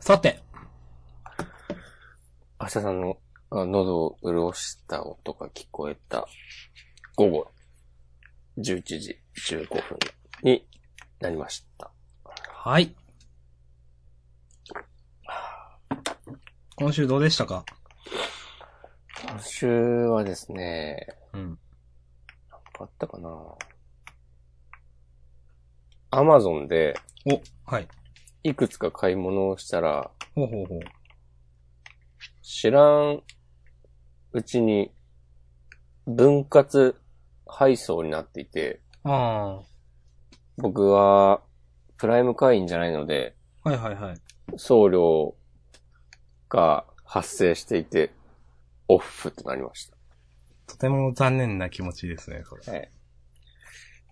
さて、明日さんのあ喉を潤した音が聞こえた午後11時15分になりました。はい。今週どうでしたか今週はですね、うん。あったかなアマゾンでお、はい。いくつか買い物をしたら、ほうほうほう。知らんうちに分割配送になっていて、あ僕はプライム会員じゃないので、あ、はいはいはい。送料が発生していて、オフとなりました。とても残念な気持ちですね、それ。はい。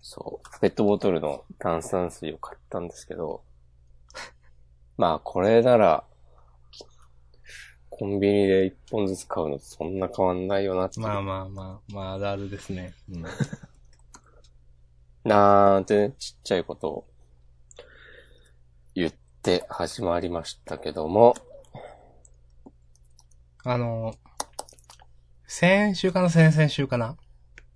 そう。ペットボトルの炭酸水を買ったんですけど、まあこれなら、コンビニで一本ずつ買うのとそんな変わんないよなって。まあまあまあ、まああるあるですね。うん。なんてね、ちっちゃいことを言って始まりましたけども、 あの、先週かな先々週かな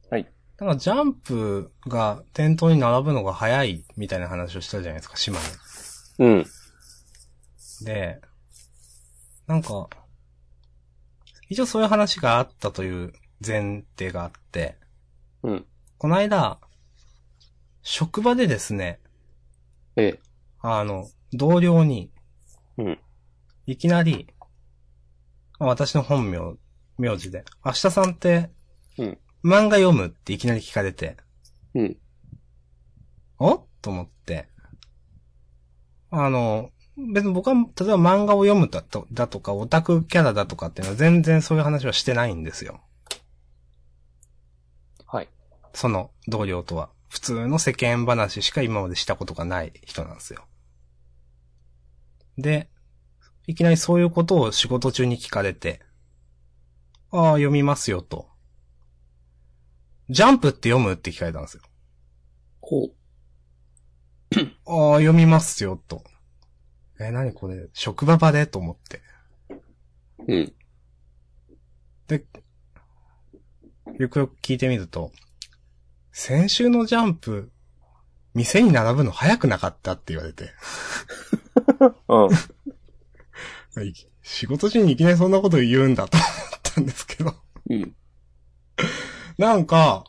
はい。なんかジャンプが店頭に並ぶのが早いみたいな話をしたじゃないですか、島根。うん。で、なんか、一応そういう話があったという前提があって、うん。この間、職場でですね、ええ。あの、同僚に、うんいきなり、まあ私の本名、名字で、明日さんって、うん漫画読むっていきなり聞かれて、うん。おと思って、あの、別に僕は、例えば漫画を読むだとだとか、オタクキャラだとかっていうのは全然そういう話はしてないんですよ。はい。その同僚とは。普通の世間話しか今までしたことがない人なんですよ。で、いきなりそういうことを仕事中に聞かれて、ああ、読みますよと。ジャンプって読むって聞かれたんですよ。ほう。ああ、読みますよと。え、何これ、職場場でと思って。うん。よくよく聞いてみると、先週のジャンプ、店に並ぶの早くなかったって言われて。うん。い仕事中にいきなりそんなこと言うんだと思 ったんですけど。うん。なんか、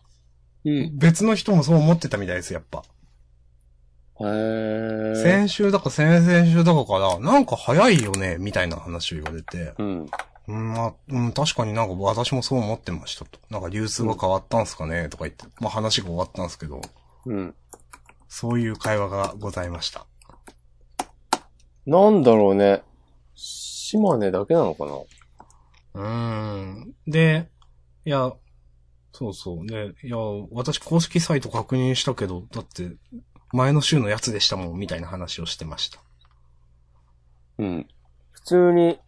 うん。別の人もそう思ってたみたいです、やっぱ。へー。先週だか先々週だかから、なんか早いよね、みたいな話を言われて。うん。うん、まあ、うん、確かになんか私もそう思ってましたと。なんか流通が変わったんすかね、とか言って。まあ話が終わったんですけど、うん。そういう会話がございました。なんだろうね。島根だけなのかなうーん。で、いや、そうそう。で、いや、私公式サイト確認したけど、だって、前の週のやつでしたもん、みたいな話をしてました。うん。普通に、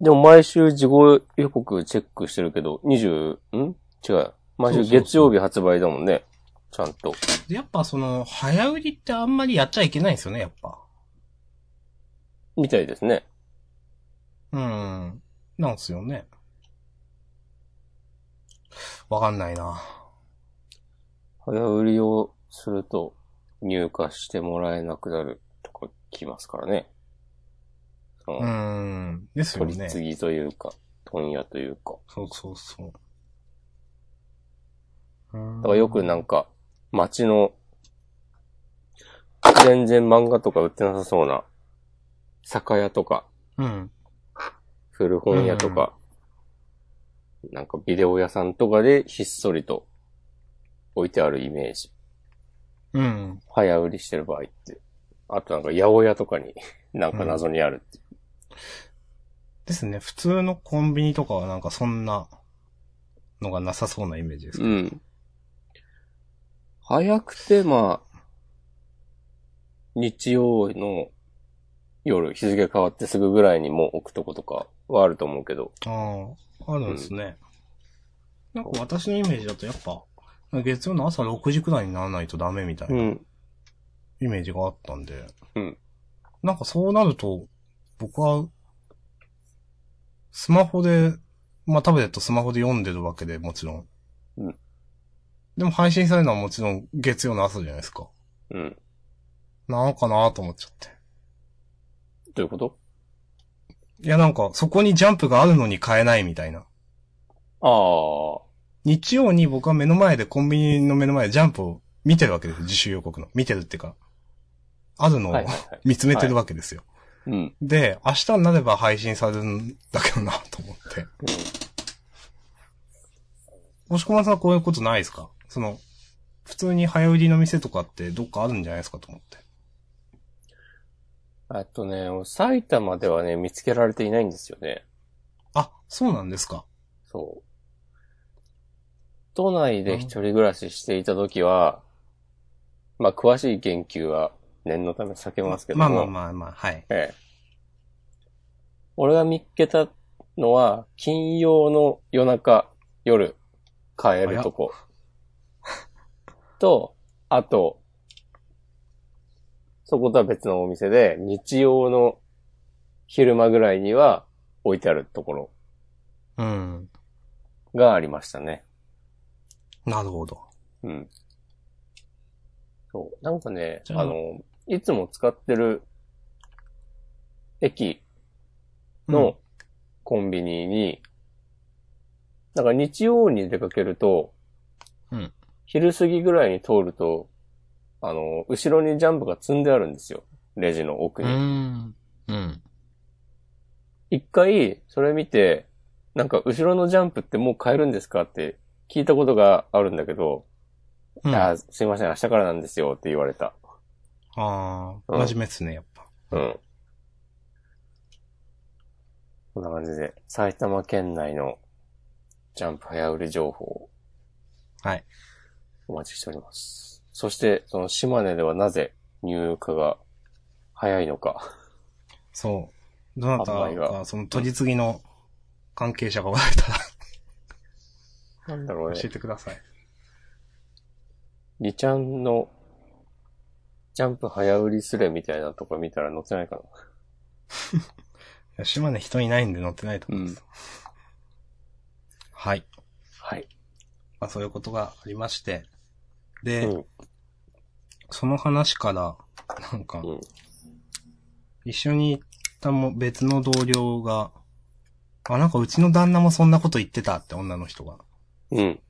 でも毎週事後予告チェックしてるけど、20、ん違う。毎週月曜日発売だもんね。ちゃんと。で、やっぱその、早売りってあんまりやっちゃいけないんですよね、やっぱ。みたいですね。うん。なんすよね。わかんないな。早売りをすると入荷してもらえなくなるとか来ますからね。そうーのん。ですよ取ねり。次ぎというか、問屋というか。そうそうそう。だだからよくなんか、街の、全然漫画とか売ってなさそうな、酒屋とか、うん。古本屋とか、なんかビデオ屋さんとかでひっそりと置いてあるイメージ。うん。早売りしてる場合って。あとなんか八百屋とかになんか謎にあるって。ですね。普通のコンビニとかはなんかそんなのがなさそうなイメージですけうど。ん。早くて、まあ、日曜の夜、日付変わってすぐぐらいにもう置くとことかはあると思うけど。ああ、あるんですね。なんか私のイメージだとやっぱ、月曜の朝6時くらいにならないとダメみたいなうん。イメージがあったんで。うんなんかそうなると、僕は、スマホで、まあタブレットスマホで読んでるわけでもちろん。うんでも配信されるのはもちろん月曜の朝じゃないですか。うん。なんかなと思っちゃって。どういうこといやなんか、そこにジャンプがあるのに買えないみたいな。あ日曜に僕は目の前で、コンビニの目の前でジャンプを見てるわけですよ。自主予告の。見てるっていうか、あるのを、あ。はいはいはい。見つめてるわけですよ。うん。うんで、明日になれば配信されるんだけどなと思って。もしこまさんはこういうことないですかその、普通に早売りの店とかってどっかあるんじゃないですかと思って。あとね、埼玉ではね、見つけられていないんですよね。あ、そうなんですか。そう。都内で一人暮らししていた時は、まあ、詳しい言及は念のため避けますけども。まあまあまあまあ、はい。ええ。俺が見っけたのは、金曜の夜中、夜、帰るとこ。と、あと、そことは別のお店で、日曜の昼間ぐらいには置いてあるところうん。がありましたね。なるほど。うん。そう。なんかね、じゃああの、いつも使ってる駅のコンビニに、なんか日曜に出かけると、うん昼過ぎぐらいに通ると、あの、後ろにジャンプが積んであるんですよ。レジの奥うん、に。うん。うん。一回、それ見て、なんか後ろのジャンプってもう買えるんですかって聞いたことがあるんだけど、うん、ああーすいません、明日からなんですよって言われた。あー、うん真面目っすね、やっぱ。うん。こんな感じで、埼玉県内のジャンプ早売り情報をはい。お待ちしております。そして、その島根ではなぜ入荷が早いのか。そう。どなた販売がか、その取り次ぎの関係者がおられたらなんだろう教えね。てください。リちゃんのジャンプ早売りスレみたいなとこ見たら載ってないかな。いや島根人いないんで乗ってないと思います。はい。はい。まあそういうことがありまして。で、うん。その話から、なんか、うん一緒に行ったも別の同僚が、あ、なんかうちの旦那もそんなこと言ってたって女の人が。うん。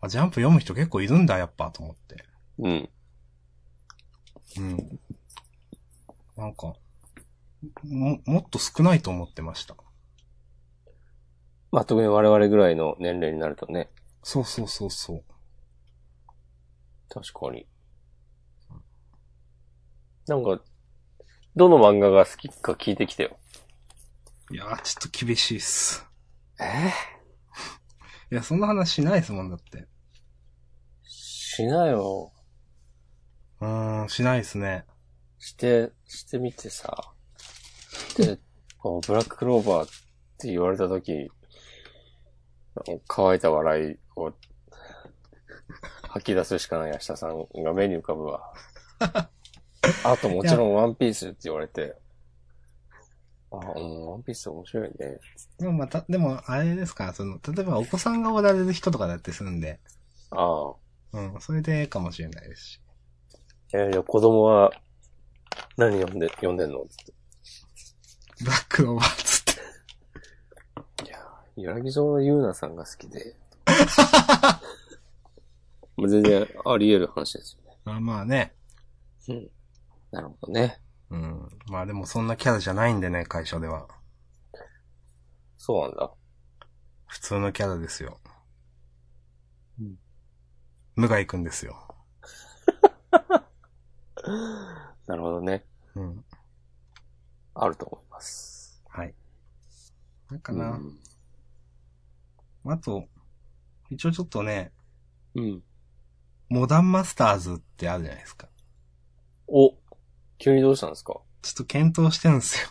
あ、ジャンプ読む人結構いるんだ、やっぱ、と思って。うん。うん。なんか、も、もっと少ないと思ってました。まあ、特に我々ぐらいの年齢になるとね、そうそうそうそう。確かに。なんか、どの漫画が好きか聞いてきてよ。いやー、ちょっと厳しいっす。えいや、そんな話しないですもんだって。しなよ。うーん、しないですね。して、してみてさ。で、こうブラッククローバーって言われたとき、乾いた笑いを吐き出すしかない明日さんが目に浮かぶ わ。あともちろんワンピースって言われて、あ、うん、ワンピース面白いね。でもまた、でも、あれですか、その、例えばお子さんがおられる人とかだってするんで、ああ。うん、それでかもしれないですし。いやいや、子供は何読んで、読んでんのつって。ブラックオーバーっつって。柳沢のゆうなさんが好き で。もう全然あり得る話ですよね。まあまあね。うん。なるほどね。うん。まあでもそんなキャラじゃないんでね、会社では。そうなんだ。普通のキャラですよ。うん無害くんですよ。なるほどね。うん。あると思います。はい。なんかな、うん。あと、一応ちょっとね、うん。モダンマスターズってあるじゃないですか。お急にどうしたんですかどちょっと検討してるんですよ。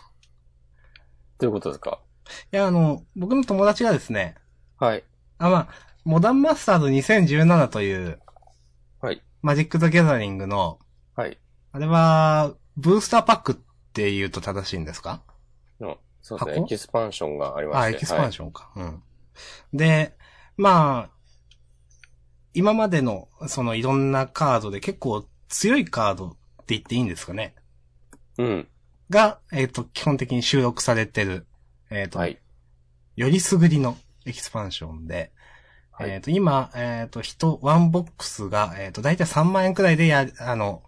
ういうことですかいや、あの、僕の友達がですね、はい。あ、まあ、モダンマスターズ2017という、はい。マジック・ザ・ギャザリングの、はい。あれは、ブースターパックって言うと正しいんですかの、そうですね、エ箱キスパンションがありまして。あ、エキスパンションか。うん。で、まあ、今までの、そのいろんなカードで結構強いカードって言っていいんですかねはい、うん。が、えっ、と、基本的に収録されてる、えっ、と、はい。よりすぐりのエキスパンションで、はいえっ、と、今、えっ、と、人、ワンボックスが、えっ、と、だいたい3万円くらいでや、あの、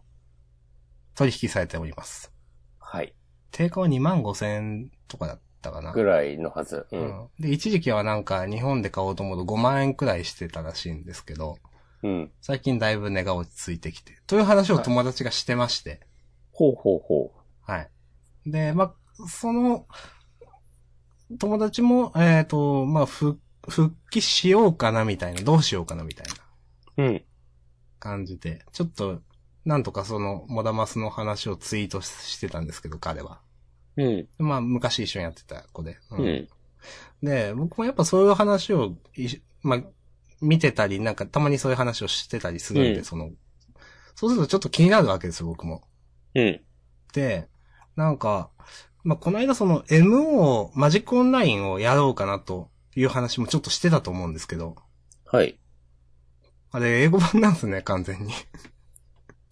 取引されております。はい。定価は2万5千円とかだったかな。ぐらいのはず。うん。で、一時期はなんか日本で買おうと思うと5万円くらいしてたらしいんですけど、うん。最近だいぶ値が落ち着いてきて、という話を友達がしてまして、ほうほうほはい。で、まあ、その、友達も、えっ、と、まあ、復、復帰しようかなみたいな、どうしようかなみたいなう。うん。感じで、ちょっと、なんとかその、モダマスの話をツイートしてたんですけど、彼は。うん。まあ、昔一緒にやってた子で。ううん。で、僕もやっぱそういう話をいし、まあ、見てたり、なんかたまにそういう話をしてたりするんで、うんその、そうするとちょっと気になるわけですよ、僕も。うん。で、なんか、まあ、この間その MO、マジックオンラインをやろうかなという話もちょっとしてたと思うんですけど、はい。あれ英語版なんですね、完全に。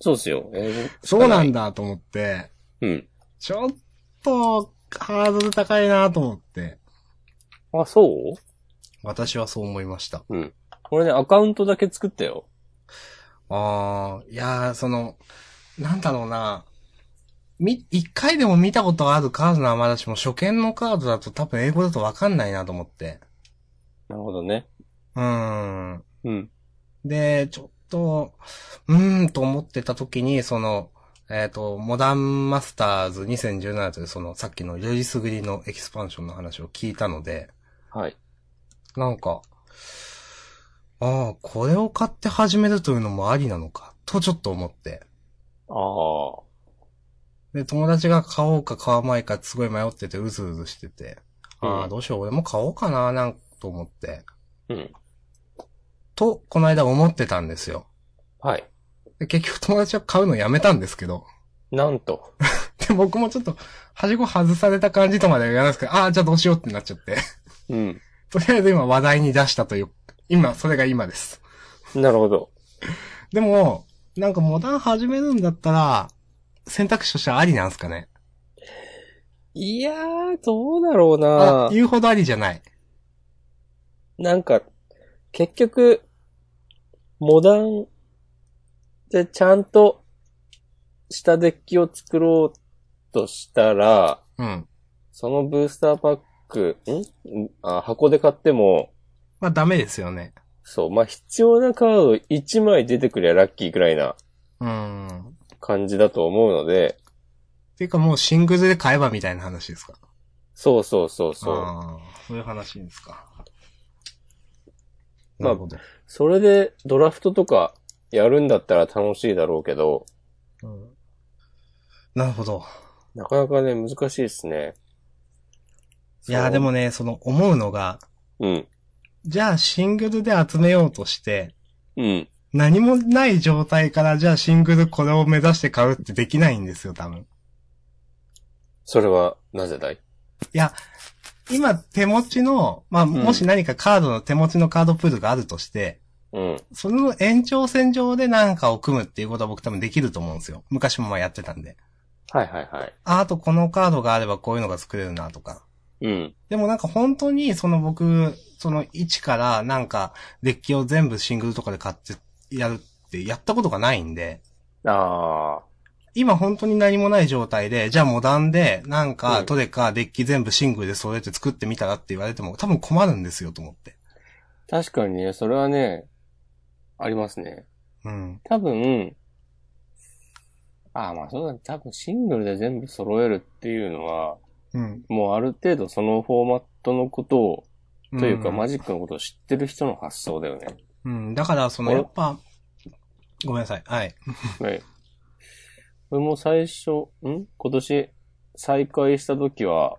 そうっすよ。英語 そうなんだ。だと思って、うん。ちょっと、ハードル高いなと思って、あ、そう私はそう思いました。うん。俺ね、アカウントだけ作ったよ。ああ、いやー、その、なんだろうな。み、一回でも見たことがあるカードならまだしも、初見のカードだと多分英語だとわかんないなと思って。なるほどね。うーん。うん。で、ちょっと、うーんと思ってた時に、その、えっ、と、モダンマスターズ2017というその、さっきのよりすぐりのエキスパンションの話を聞いたので、はい。なんか、ああ、これを買って始めるというのもありなのか、とちょっと思って。ああ。で、友達が買おうか買わないかすごい迷ってて、うずうずしてて。あうあ、んどうしよう、俺も買おうかな、なんと思って。うん。と、この間思ってたんですよ。はい。で結局友達は買うのやめたんですけど。なんと。で、僕もちょっと、端っこ外された感じとまでは言わないですけど、ああ、じゃあどうしようってなっちゃって。 うん。とりあえず今話題に出したという、今、それが今です。なるほど。でも、なんかモダン始めるんだったら、選択肢としてはありなんですかね。いやー、どうだろうあな、言うほどありじゃない。なんか、結局、モダンでちゃんとしたデッキを作ろうとしたら、うん。そのブースターパック、んんあ箱で買っても、まあダメですよね。そう、まあ、必要なカード1枚出てくりゃラッキーくらいなうーん。感じだと思うので、ていうかもうシングルで買えばみたいな話ですかそうそうそうそう。あーそういう話ですか。なまあるほど。それでドラフトとかやるんだったら楽しいだろうけど、うんなるほど。なかなかね、難しいですね。いやそーうでも。ね、その思うのが、うん。じゃあシングルで集めようとして、うん。何もない状態からじゃあシングルこれを目指して買うってできないんですよ、多分。それは、なぜだい今手持ちの、まあ、もし何かカードの手持ちのカードプールがあるとして、うん。その延長線上で何かを組むっていうことは僕多分できると思うんですよ。昔もまあやってたんで。はいはいはい。あ、あとこのカードがあればこういうのが作れるなとか。うん。でもなんか本当にその僕、その1からなんかデッキを全部シングルとかで買ってやるってやったことがないんで、ああ。今本当に何もない状態で、じゃあモダンでなんうかんトレカデッキ全部シングルで揃えて作ってみたらって言われても多分困るんですよと思って。確かにね、それはね、ありますね。うん。多分、ああ、まあそうだね。多分シングルで全部揃えるっていうのは、うん。もうある程度そのフォーマットのことを、というか、んマジックのことを知ってる人の発想だよね。うん。だからその俺やっぱ、ごめんなさい。はい。はい。俺も最初、ん今年再開した時は、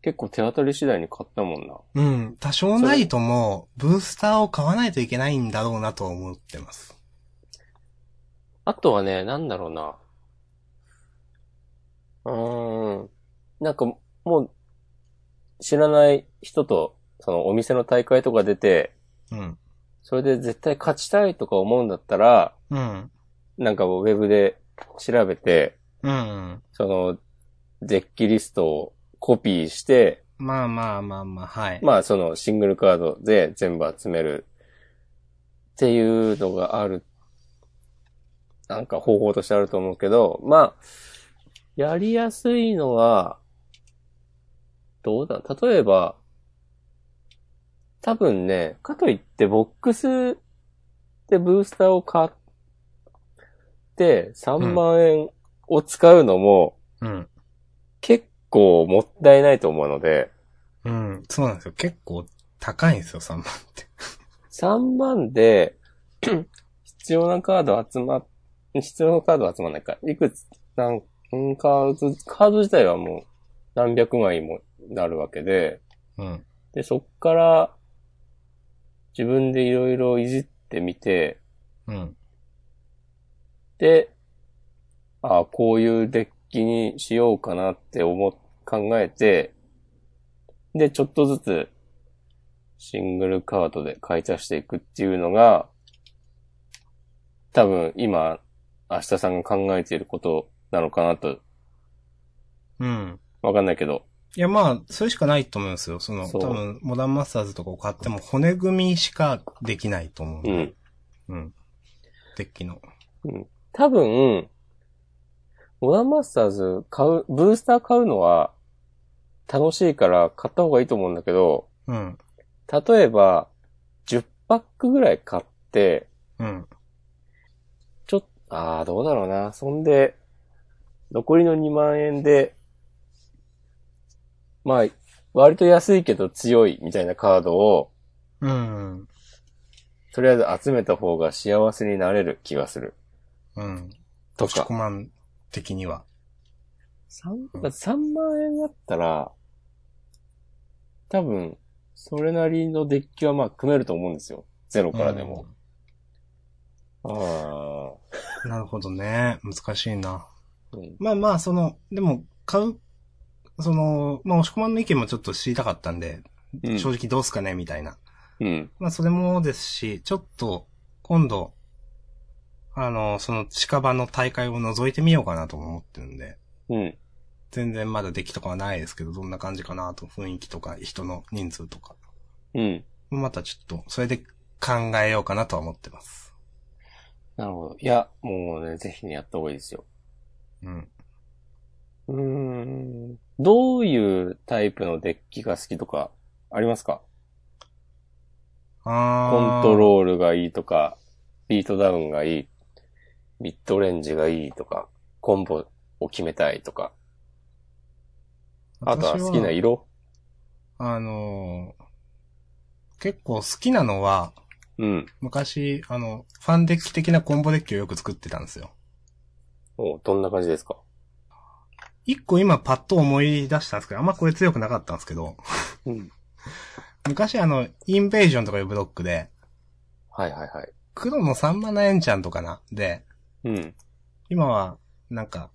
結構手当たり次第に買ったもんな。うん。多少ないとも、ブースターを買わないといけないんだろうなと思ってます。あとはね、なんだろうな。うーん。なんか、もう、知らない人と、そのお店の大会とか出て、うん。それで絶対勝ちたいとか思うんだったら、うん。なんかもうウェブで調べて、うん。その、デッキリストをコピーして、まあまあまあまあ、はい。 まあそのシングルカードで全部集めるっていうのがある、なんか方法としてあると思うけど、まあ、やりやすいのは、どうだ、例えば、多分ね、かといってボックスでブースターを買って3万円を使うのもうん。結構もったいないと思うので、うん。そうなんですよ。結構高いんですよ、3万って。 3万で、 必要なカード集まっ、必要なカード集まんないか。いくつ、なん、うんカード、カード自体はもう何百枚もなるわけで、うん。で、そっから自分でいろいろいじってみて、うん。で、ああ、こういうデッキにしようかなって思っ、考えて、で、ちょっとずつシングルカードで買い足していくっていうのが、多分今、明日さんが考えていることなのかなと、うん。わかんないけど。いや、まあ、それしかないと思うんですよ。その、そう多分、モダンマスターズとかを買っても骨組みしかできないと思う。うん。うん。デッキの。多分、モダンマスターズ買う、ブースター買うのは楽しいから買った方がいいと思うんだけど、うん。例えば、10パックぐらい買って、うん。ちょっと、ああ、どうだろうな。そんで、残りの2万円で、まあ、割と安いけど強いみたいなカードを、うん。とりあえず集めた方が幸せになれる気がする。うん。としかこ。まん的には。三だって3万円だったら、多分、それなりのデッキはまあ組めると思うんですよ。ゼロからでも。ああ。うん。なるほどね。難しいな。うん。まあまあ、その、でも、買う、その、まあ、押し込まんの意見もちょっと知りたかったんで、うん正直どうすかね、みたいな。うん。まあ、それもですし、ちょっと、今度、あの、その近場の大会を覗いてみようかなとも思ってるんで、うん。全然まだ出来とかはないですけど、どんな感じかなと、雰囲気とか、人の人数とか。うん。またちょっと、それで考えようかなとは思ってます。なるほど。いや、もうね、ぜひね、やった方がいいですよ。うん。うーん。どういうタイプのデッキが好きとか、ありますかあコントール。ロールがいいとか、ビートダウンがいい、ミッドレンジがいいとか、コンボを決めたいとか、あとは好きな私色はあのー結構好きなのは、うん。昔、あの、ファンデッキ的なコンボデッキをよく作ってたんですよ。おどんな感じですか一個今パッと思い出したんですけど、あんまこれ強くなかったんですけど、うん。昔あの、インベージョンとかいうブロックで、はいはいはい。黒の3マナエンチャントかなで、うん。今は、なんか、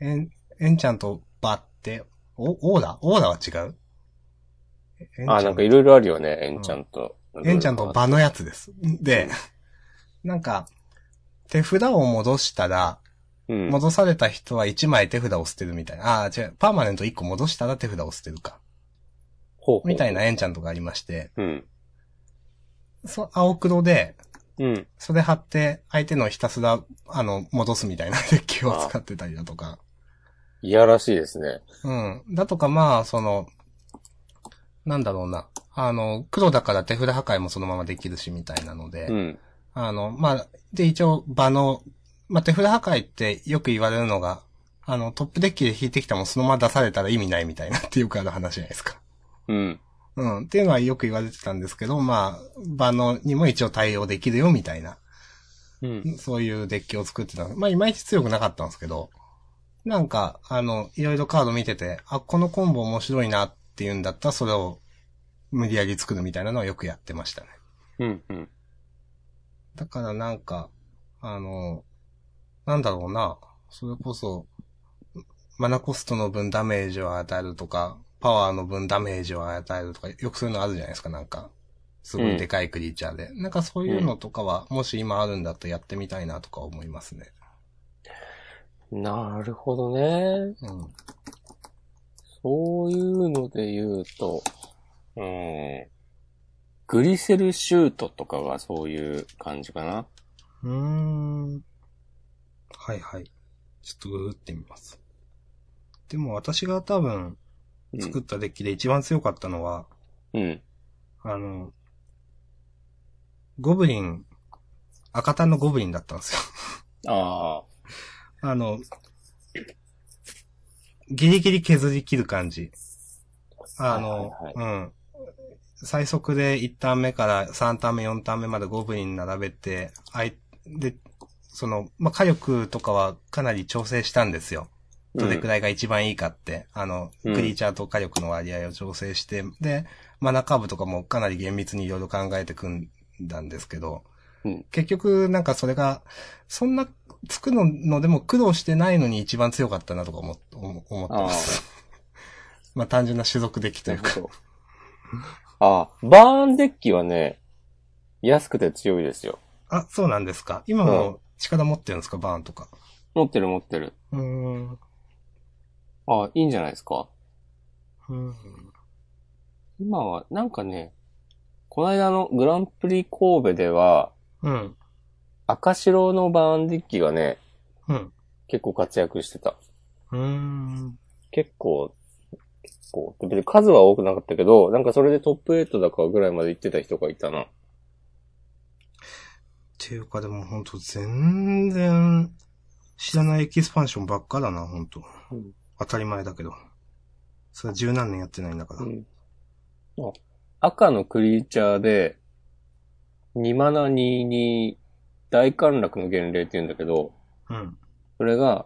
エン、エンチャントバって、お、オーダーオーダーは違うエンチャンあ、なんかいろいろあるよね、エンチャント。エンチャント場のやつです。で、なんか、手札を戻したら、うん。戻された人は1枚手札を捨てるみたいな。ああ、違う。パーマネント1個戻したら手札を捨てるか。ほうほうみたいな。エンチャントがありまして、うん。そう、青黒で、うん。それ貼って、相手のひたすら、あの、戻すみたいな デッキを使ってたりだとか。いやらしいですね。うん。だとか、まあ、その、なんだろうな。あの、黒だから手札破壊もそのままできるし、みたいなので。うん。あの、まあ、で、一応、場の、まあ、手札破壊ってよく言われるのが、あの、トップデッキで引いてきたもんそのまま出されたら意味ないみたいなってよくある話じゃないですか。うん。うん。っていうのはよく言われてたんですけど、まあ、場のにも一応対応できるよみたいな、うん。そういうデッキを作ってたの。まあ、いまいち強くなかったんですけど、なんか、あの、いろいろカード見てて、あ、このコンボ面白いなっていうんだったら、それを無理やり作るみたいなのはよくやってましたね。うん。うん。だからなんか、あの、なんだろうな、それこそ、マナコストの分ダメージを与えるとか、パワーの分ダメージを与えるとか、よくそういうのあるじゃないですか、なんか。すごいでかいクリーチャーで。なんかそういうのとかは、もし今あるんだったらやってみたいなとか思いますね。なるほどね。うん。そういうので言うと、うん。グリセルシュートとかがそういう感じかな。うーん。はいはい。ちょっとググってみます。でも私が多分うん作ったデッキで一番強かったのは、うん。あの、ゴブリン、赤単のゴブリンだったんですよ。ああ。あの、ギリギリ削り切る感じ。あの、はいはいうん。最速で1ターン目から3ターン目、4ターン目までゴブリン並べて、あい、で、その、まあ、火力とかはかなり調整したんですよ。どれくららいいが一番いいかって、あの、クうんリーチャーと火力の割合を調整して、で、マナカーブとかもかなり厳密にいろいろ考えてくんだんですけど、うん結局なんかそれが、そんな、つくののでも苦労してないのに一番強かったなとか思っ思思ってます。まあ単純な種族的というか。ああ、バーンデッキはね、安くて強いですよ。あ、そうなんですか。今も力持ってるんですか、バーンとか。持ってる持ってる。うーん。ああ、いいんじゃないですかうん。今は、なんかね、この間のグランプリ神戸では、うん。赤白のバーンデッキがね、うん。結構活躍してた。うーん。結構、結構、別に数は多くなかったけど、なんかそれでトップ8だかぐらいまで行ってた人がいたな。っていうかでもほんと全然知らないエキスパンションばっかだな、ほんと。うん当たり前だけど。それは十何年やってないんだから。うんあ赤のクリーチャーで、2マナ22大陥落の原例って言うんだけど、うん。それが、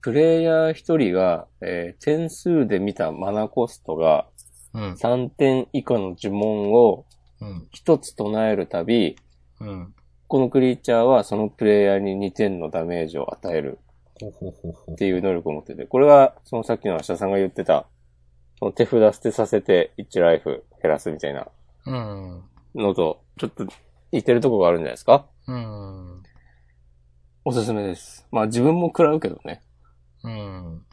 プレイヤー1人が、えー点数で見たマナコストがうん。 3点以下の呪文をうん。 1つ唱えるたび、うん。このクリーチャーはそのプレイヤーに2点のダメージを与えるほうほうほうほうっ。ていう能力を持ってて、これは、そのさっきの明日さんが言ってた、その手札捨てさせて1ライフ減らすみたいなうん。のと、ちょっと似てるとこがあるんじゃないですかうん。おすすめです。まあ自分も食らうけどね。うん。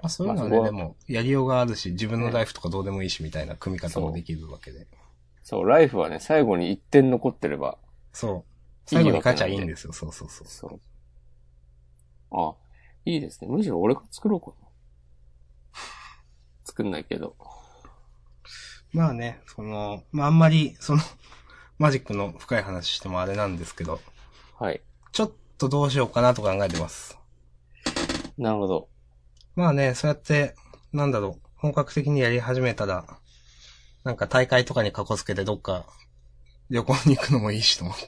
まあそういうのはまあそね、でこはも、やりようがあるし、自分のライフとかどうでもいいしみたいな組み方もできるわけで。そう、ライフはね、最後に1点残ってれば。そう。最後に勝ちゃいいんですよ。そうそうそう。そう。あ、いいですね。むしろ俺が作ろうかな。作んないけど。まあね、その、まああんまり、その、 マジックの深い話してもあれなんですけど、はい。ちょっとどうしようかなと考えてます。なるほど。まあね、そうやって、なんだろう、本格的にやり始めたら、なんか大会とかにかこつけてどっか旅行に行くのもいいしと思って。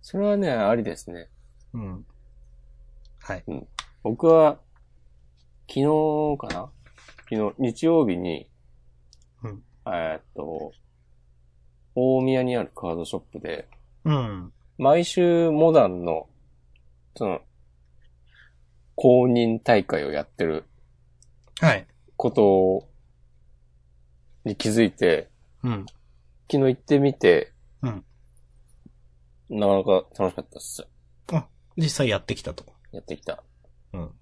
それはね、ありですね。うん。はい。僕は、昨日かな昨日、日曜日に、うんえーっと、大宮にあるカードショップで、うん。毎週モダンの、その、公認大会をやってるはい。ことに気づいて、うん。昨日行ってみて、うんなかなか楽しかったっす。実際やってきたと。やってきた。うん。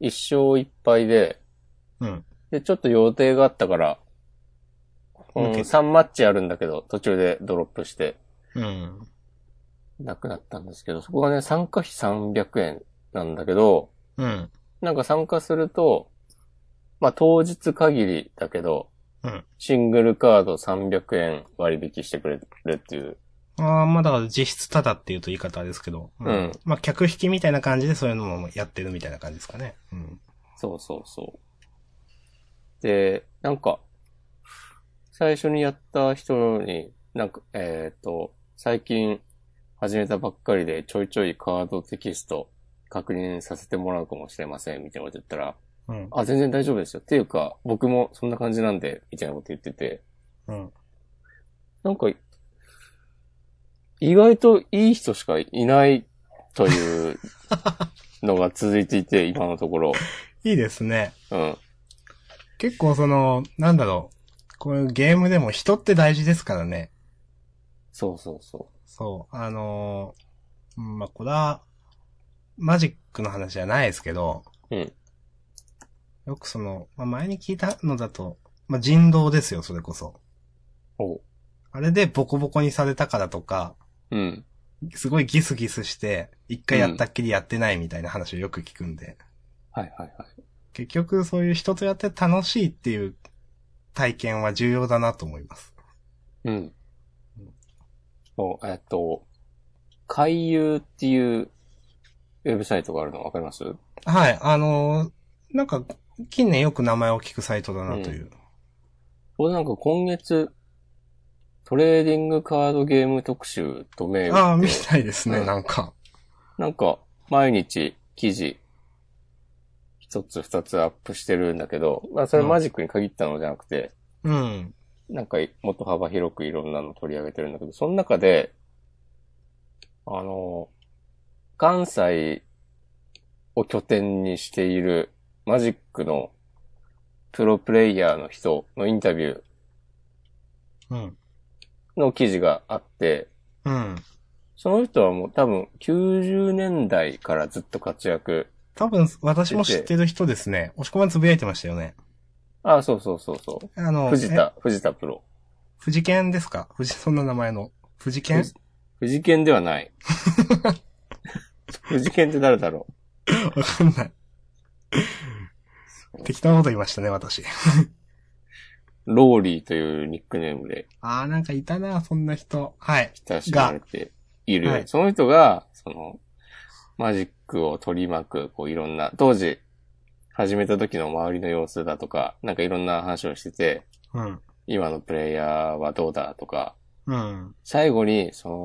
一生いっぱいで、うん。で、ちょっと予定があったから、うん、抜け3マッチあるんだけど、途中でドロップして、うん。なくなったんですけど、そこがね、参加費300円なんだけど、うん。なんか参加すると、まあ、当日限りだけど、うんシングルカード300円割引してくれるっていう。ああ、まあだから実質ただっていうと言い方ですけど。うんまあ客引きみたいな感じでそういうのもやってるみたいな感じですかね。うん。そうそうそう。で、なんか、最初にやった人に、なんか、えっ、と、最近始めたばっかりでちょいちょいカードテキスト確認させてもらうかもしれません、みたいなこと言ったら、うん。あ、全然大丈夫ですよ。っていうか、僕もそんな感じなんで、みたいなこと言ってて、うん。なんか、意外といい人しかいないというのが続いていて、今のところ。いいですね。うん。結構その、なんだろう。こういうゲームでも人って大事ですからね。そうそうそそう。あのーうんまあ、これは、マジックの話じゃないですけど。うんよくその、まあ、前に聞いたのだと、まあ、人道ですよ、それこそ。う。おう。あれでボコボコにされたからとか、うん。すごいギスギスして、一回やったっきりやってないみたいな話をよく聞くんで。はいはいはい。結局そういう人とやって楽しいっていう体験は重要だなと思います。うん。そう、えっと、回遊っていうウェブサイトがあるのわかりますはい、あのーなんか、近年よく名前を聞くサイトだなという。俺なんか今月、トレーディングカードゲーム特集と銘ああ、打ってみたいですね、うんなんか。なんか、毎日記事、一つ二つアップしてるんだけど、まあそれマジックに限ったのじゃなくて、うん。なんかもっと幅広くいろんなの取り上げてるんだけど、その中で、あの、関西を拠点にしているマジックのプロプレイヤーの人のインタビュうん。ーの記事があって、うん。その人はもう多分90年代からずっと活躍。多分、私も知ってる人ですね。押し込まんつぶやいてましたよね。ああ、そうそうそうそう。あの、藤え。田、藤田プロ。藤健ですか藤、そんな名前の。藤健藤藤健で はない。藤健って誰だろわかんない。適当なこと言いましたね、私。う。ローリーというニックネームでああ、なんかいたな、そんな人。はい。親しまれている。はいその人が、その、マジックを取り巻く、こういろんな、当時、始めた時の周りの様子だとか、なんかいろんな話をしてて、うん。今のプレイヤーはどうだとか、うん。最後に、その、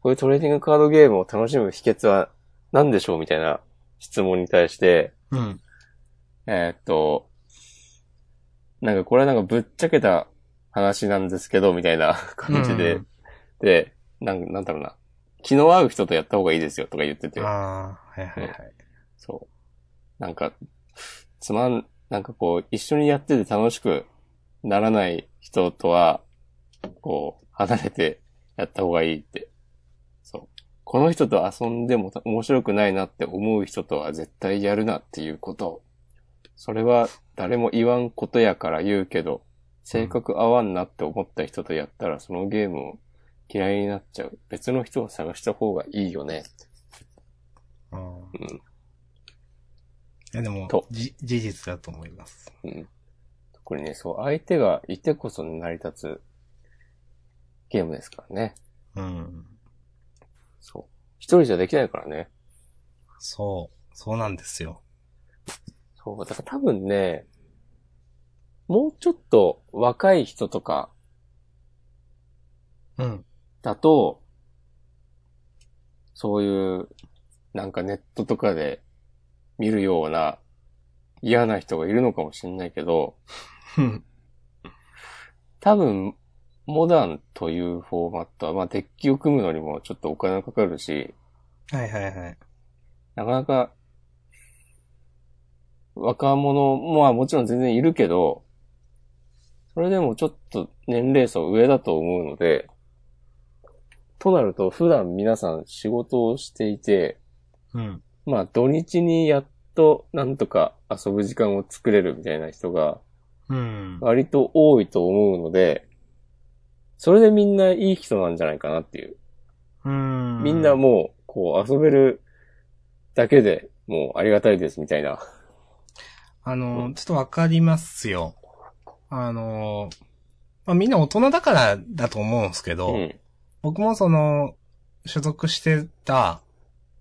こういうトレーディングカードゲームを楽しむ秘訣は何でしょうみたいな質問に対して、うん。えーっと、なんかこれはなんかぶっちゃけた話なんですけど、みたいな 感じで、うんで、なんなんだろうな、気の合う人とやった方がいいですよとか言ってて、ああ、はいはいはい。そう。なんか、つまん、なんかこう、一緒にやってて楽しくならない人とは、こう、離れてやった方がいいって。そう。この人と遊んでもた面白くないなって思う人とは絶対やるなっていうこと。それは誰も言わんことやから言うけど、性格合わんなって思った人とやったらそのゲームを嫌いになっちゃう。別の人を探した方がいいよね。うんうんいや、でもと、じ、事実だと思います。うん。特にね、そう、相手がいてこそ成り立つゲームですからね。うん。そう。一人じゃできないからね。そう。そうなんですよ。そう、だから多分ね、もうちょっと若い人とかうん。 だと、そういう、なんかネットとかで見るような嫌な人がいるのかもしれないけど、うん。多分、モダンというフォーマットは、まあ、デッキを組むのにもちょっとお金がかかるし、はいはいはい。なかなか、若者も、まあもちろん全然いるけど、それでもちょっと年齢層上だと思うので、となると普段皆さん仕事をしていて、うん。まあ土日にやっとなんとか遊ぶ時間を作れるみたいな人がうん。割と多いと思うので、それでみんないい人なんじゃないかなっていう。うん。みんなもう、こう遊べるだけでもうありがたいですみたいな。あの、ちょっとわかりますよ。あの、まあ、みんな大人だからだと思うんですけど、うん。僕もその、所属してた、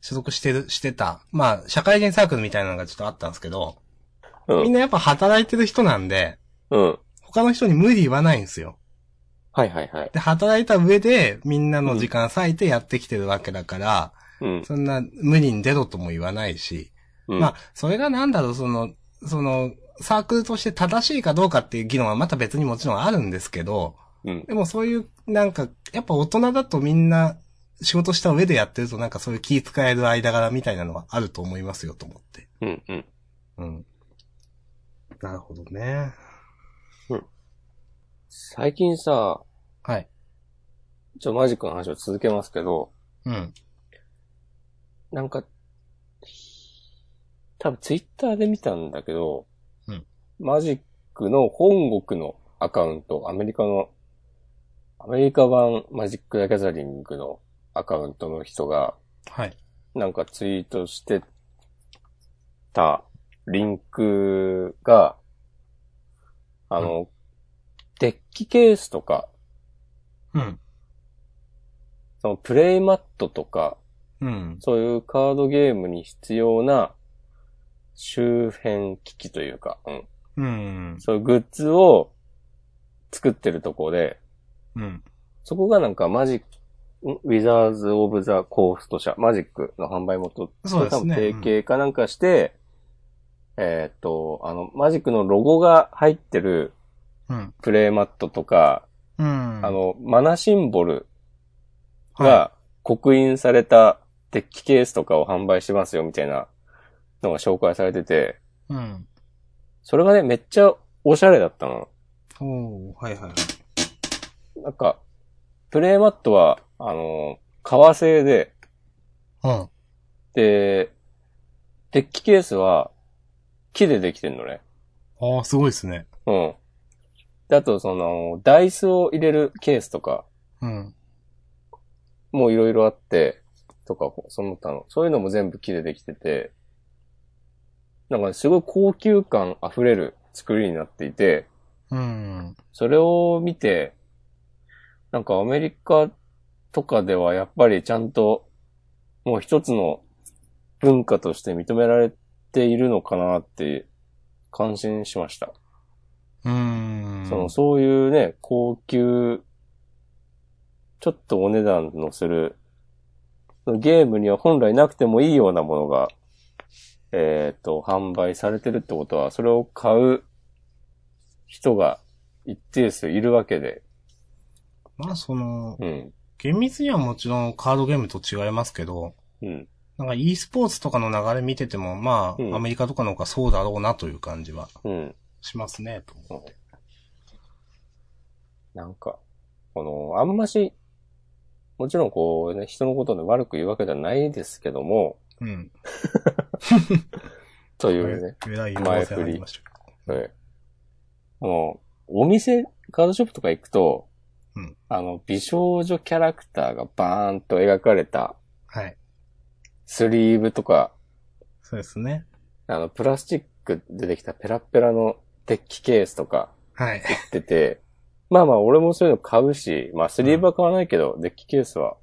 所属してる、してた、まあ、社会人サークルみたいなのがちょっとあったんですけど、うみんん。なやっぱ働いてる人なんで、うん。他の人に無理言わないんですよ。はいはいはい。で、働いた上で、みんなの時間割いてやってきてるわけだから、うん。そんな無理に出ろとも言わないし、うんまあ、それがなんだろう、その、その、サークルとして正しいかどうかっていう議論はまた別にもちろんあるんですけど、うん。でもそういう、なんか、やっぱ大人だとみんな、仕事した上でやってるとなんかそういう気使える間柄みたいなのはあると思いますよと思って。うんうん。うん。なるほどね。最近さ、はい。ちょ、マジックの話を続けますけど、うん。なんか、多分ツイッターで見たんだけど、うんマジックの本国のアカウント、アメリカの、アメリカ版マジック・ザ・ギャザリングのアカウントの人が、はい。なんかツイートしてたリンクが、あの、デッキケースとか、うん。そのプレイマットとか、うん。そういうカードゲームに必要な周辺機器というか、うん、うん。そういうグッズを作ってるとこで、うん。そこがなんかマジック、んウィザーズ・オブ・ザ・コースト社、マジックの販売元そうでと多す分ね。提携かなんかして、えーっと、あの、マジックのロゴが入ってるうん。プレイマットとか、うん。あ、の、マナシンボルはが刻印されたデッキケースとかを販売してますよみたいなのが紹介されてて、い。うん。それがね、めっちゃおしゃれだったの。おー、はいはいはい。なんか、プレイマットは、あの、革製で、うん。で、デッキケースは木でできてんのね。ああ、すごいですね。うん。であと、その、ダイスを入れるケースとか、うん。もういろいろあって、とか、その他の、そういうのも全部木でできてて、なんかねすごい高級感あふれる作りになっていて、うん。それを見て、なんかアメリカとかではやっぱりちゃんと、もう一つの文化として認められているのかなって、感心しました。うん。その、そういうね、高級、ちょっとお値段のする、そのゲームには本来なくてもいいようなものが、えっ、と、販売されてるってことは、それを買う人が一定数いるわけで、まあその、うん、厳密にはもちろんカードゲームと違いますけど、うん、なんか e スポーツとかの流れ見てても、まあ、うんアメリカとかの方がそうだろうなという感じはうん。しますね、と思って。なんか、この、あんまし、もちろんこう、ね、人のことで悪く言うわけではないですけども、うん。といえうね、らい言わせありましたけはい。もう、お店、カードショップとか行くと、うんあの、美少女キャラクターがバーンと描かれたど。はい。スリーブとか、そうですね。あの、プラスチックでできたペラッペラのデッキケースとかはい。出て、まあまあ俺もそういうの買うし、まあスリーブは買わないけど、デッキケースは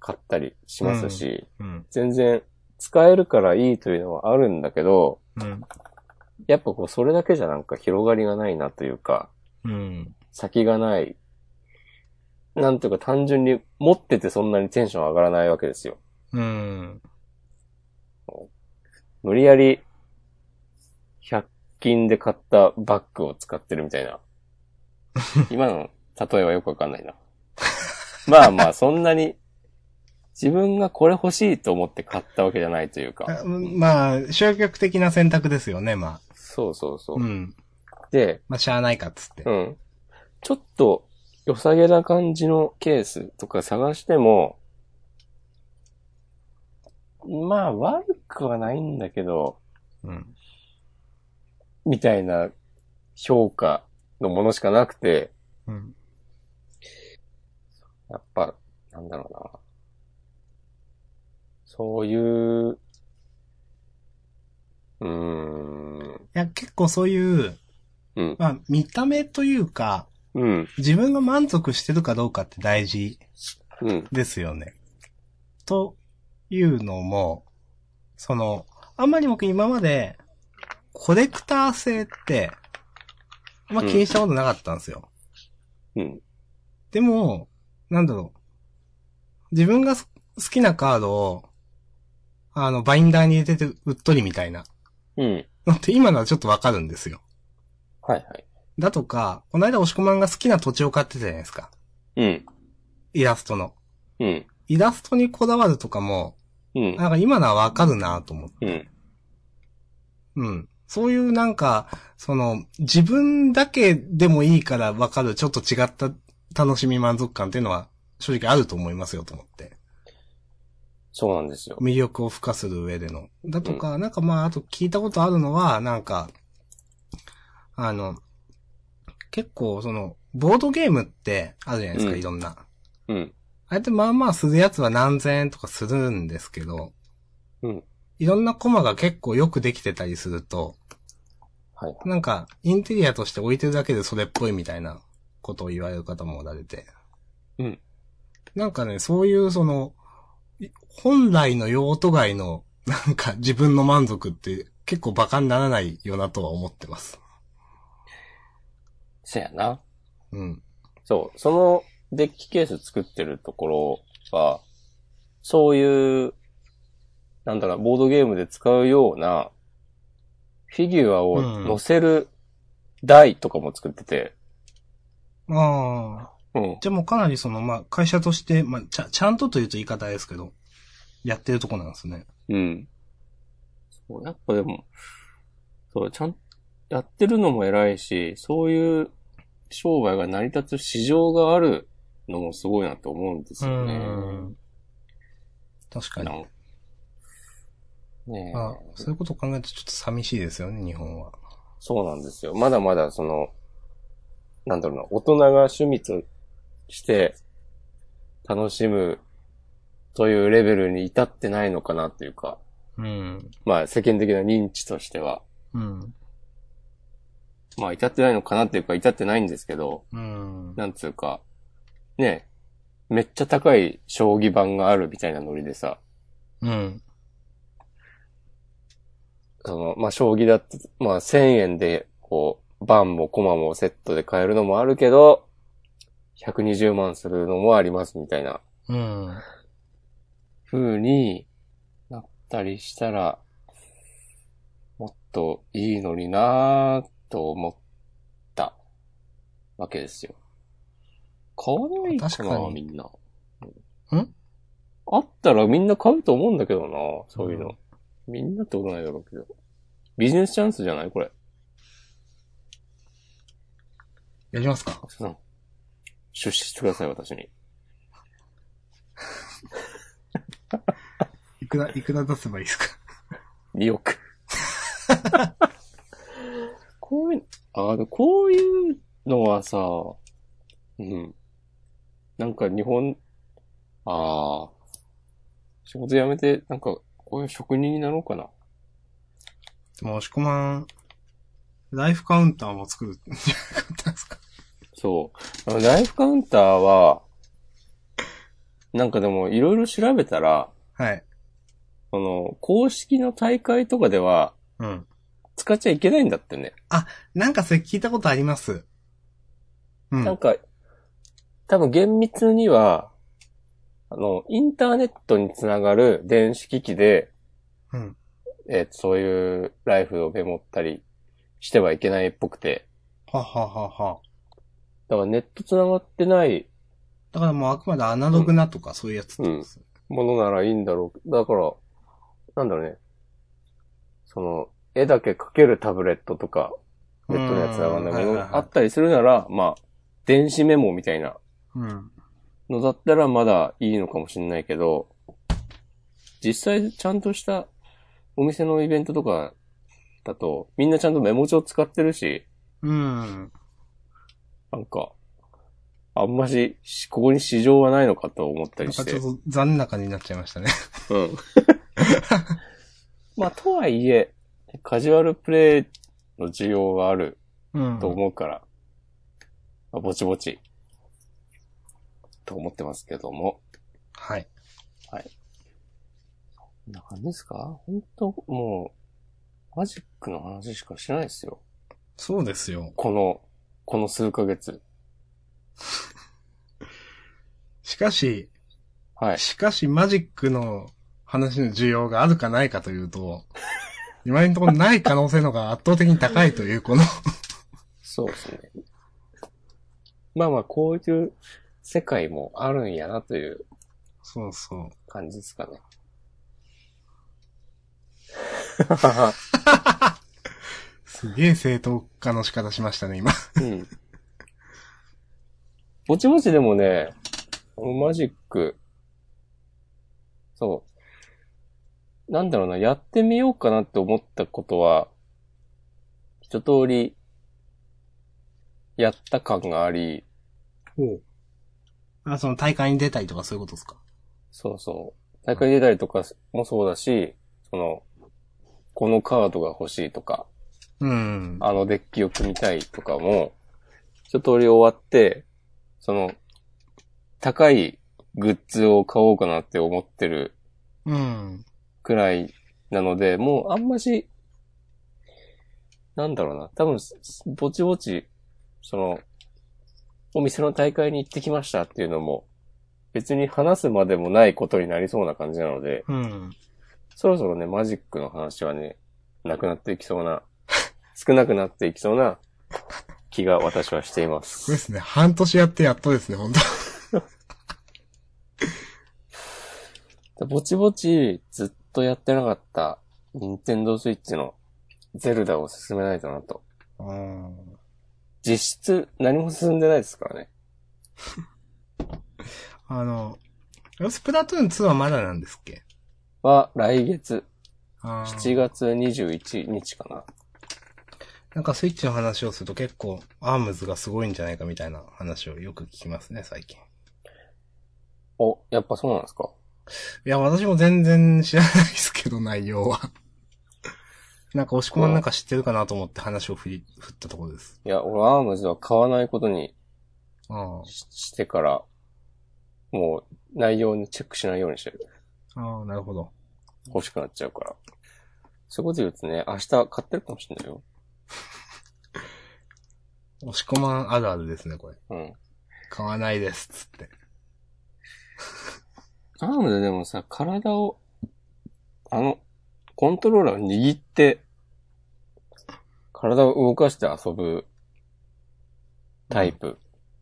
買ったりしますし、うん。全然使えるからいいというのはあるんだけど、うん。やっぱこうそれだけじゃなんか広がりがないなというか、うん。先がない。なんというか単純に持っててそんなにテンション上がらないわけですよ。うん。無理やり、100均で買ったバッグを使ってるみた いな。今の例えはよくわかんないな。まあまあ、そんなに、自分がこれ欲しいと思って買ったわけじゃないというか。あまあ、消極的な選択ですよね、まあ。そうそうそうう。ん。で、まあ、しゃあないかっつってう。ん。ちょっと良さげな感じのケースとか探しても、まあ悪くはないんだけど、うん。みたいな評価のものしかなくて、うん。やっぱ、なんだろうな。そういう、うーん、いや、結構そういう、うんまあ、見た目というか、うん、自分が満足してるかどうかって大事うん、ですよね。というのも、その、あんまり僕今まで、コレクター性って、あんま気にしたことなかったんですよ。うん、でも、なんだろう。自分がす好きなカードを、あの、バインダーに入れててうっとりみたいなうん。のって今のはちょっとわかるんですよ。はいはい。だとか、この間押し込まんが好きな土地を買ってたじゃないですか。うん、イラストの。うん、いイラストにこだわるとかも、うん。なんか今のはわかるなと思って。うん。うん。そういうなんか、その、自分だけでもいいからわかる、ちょっと違った楽しみ満足感っていうのは、正直あると思いますよと思って。そうなんですよ。魅力を付加する上での。だとか、なんかまあ、あと聞いたことあるのは、なんか、あの、結構その、ボードゲームってあるじゃないですか、うんいろんな。うん。あれってまあまあするやつは何千円とかするんですけど、うん。いろんなコマが結構よくできてたりすると、はい。なんか、インテリアとして置いてるだけでそれっぽいみたいなことを言われる方もおられて。うん。なんかね、そういうその、い本来の用途外の、なんか自分の満足って結構バカにならないよなとは思ってます。せやな。うん。そう。そのデッキケース作ってるところは、そういう、なんだろう、ボードゲームで使うような、フィギュアうんを乗せる台とかも作ってて、ああ。うん。じゃあもうかなりその、まあ、会社として、まあ、ちゃ、ちゃんとというと言い方ですけど、やってるとこなんですね。うん。そう、やっぱでも、そう、ちゃん、やってるのも偉いし、そういう商売が成り立つ市場があるのもすごいなと思うんですよね。。確かに。なんねえ。まあ、そういうことを考えるとちょっと寂しいですよね、日本は。そうなんですよ。まだまだその、なんだろうな、大人が趣味として楽しむというレベルに至ってないのかなというか、うん。まあ世間的な認知としては、うん。まあ至ってないのかなっていうか至ってないんですけど、うん。なんつうか、ねえ、めっちゃ高い将棋盤があるみたいなノリでさ、うん。その、まあ、将棋だって、まあ、1000円で、こう、盤も駒もセットで買えるのもあるけど、120万するのもありますみたいなうん。風になったりしたら、もっといいのになぁと思ったわけですよ。買わないかな確かにみんな。んあったらみんな買うと思うんだけどなそういうの。みんなってことないだろうけど。ビジネスチャンスじゃないこれ。やりますか阿さん。出資してください、私に。いくら、いくら出せばいいですか2億。こういう、あの、こういうのはさ、うん。なんか日本、ああ、仕事辞めて、なんか、こういう職人になろうかな。でも、押し込まん、ライフカウンターも作るんじゃなかったんですかそう。あのライフカウンターは、なんかでも、いろいろ調べたら、はい。その、公式の大会とかでは、うん。使っちゃいけないんだってね。なんかそれ聞いたことあります。うなんん。か、多分厳密には、あの、インターネットにつながる電子機器で、うん。えーそういうライフをメモったりしてはいけないっぽくて、はははは。だからネットつながってないだからもうあくまでアナログなとかそういうやつってことです。ものならいいんだろう。だから、なんだろうね。その、絵だけ描けるタブレットとか、ネットのやつだからなんかうんはいはいはいあったりするなら、まあ、電子メモみたいなうん。のだったらまだいいのかもしれないけど、実際ちゃんとしたお店のイベントとかだと、みんなちゃんとメモ帳使ってるし、うん。なんか、あんまし、しここに市場はないのかと思ったなんりかしちょてっ。と残念な感じになっちゃいましたね。うん。 まあ、とはいえ、カジュアルプレイの需要はあるうんと思うから、まあぼちぼち、と思ってますけども。はい。こんな感じですか本当もう、マジックの話しかしてないですよ。そうですよ。この、この数ヶ月。しかし、はい。しかし、マジックの話の需要があるかないかというと、 今のところない可能性の方が圧倒的に高いという、この、そうですね。まあまあ、こういう世界もあるんやなという そうそう。感じですかね。すげえ正当化の仕方しましたね、今。うん。ぼちぼちでもね、このマジック、そう。なんだろうな、やってみようかなって思ったことは、一通り、やった感があり、ほう。あ、その大会に出たりとかそういうことですかそうそう。大会出たりとかもそうだし、その、このカードが欲しいとか、うん。あのデッキを組みたいとかも、一通り終わって、その、高いグッズを買おうかなって思ってるうん。くらいなので、もうあんまし、なんだろうな、多分、ぼちぼち、その、お店の大会に行ってきましたっていうのも、別に話すまでもないことになりそうな感じなので、うん。そろそろね、マジックの話はね、なくなっていきそうな、少なくなっていきそうな気が私はしていま。そうですすね。半年やってやっとですね、本当ぼちぼちずっとやってなかった、任天堂スイッチのゼルダを進めないとなと。うん。実質何も進んでないですからね。あの、スプラトゥーン2はまだなんですっけは、来月、あー7月21日かな。なんかスイッチの話をすると結構アームズがすごいんじゃないかみたいな話をよく聞きますね、最近。お、やっぱそうなんですかいや、私も全然知らないですけど、内容は。 なんか、押し込まんなんか知ってるかなと思って話を振り、振ったところです。いや、俺アームズは買わないことにあししてから、もう内容にチェックしないようにしてる。あ。ああ、なるほど。欲しくなっちゃうから。そういうこと言うとね、明日買ってるかもしれないよ。押し込まんあるあるですね、これ。うん。買わないです、つって。アームズでもさ、体を、あの、コントローラーを握って、体を動かして遊ぶタイプ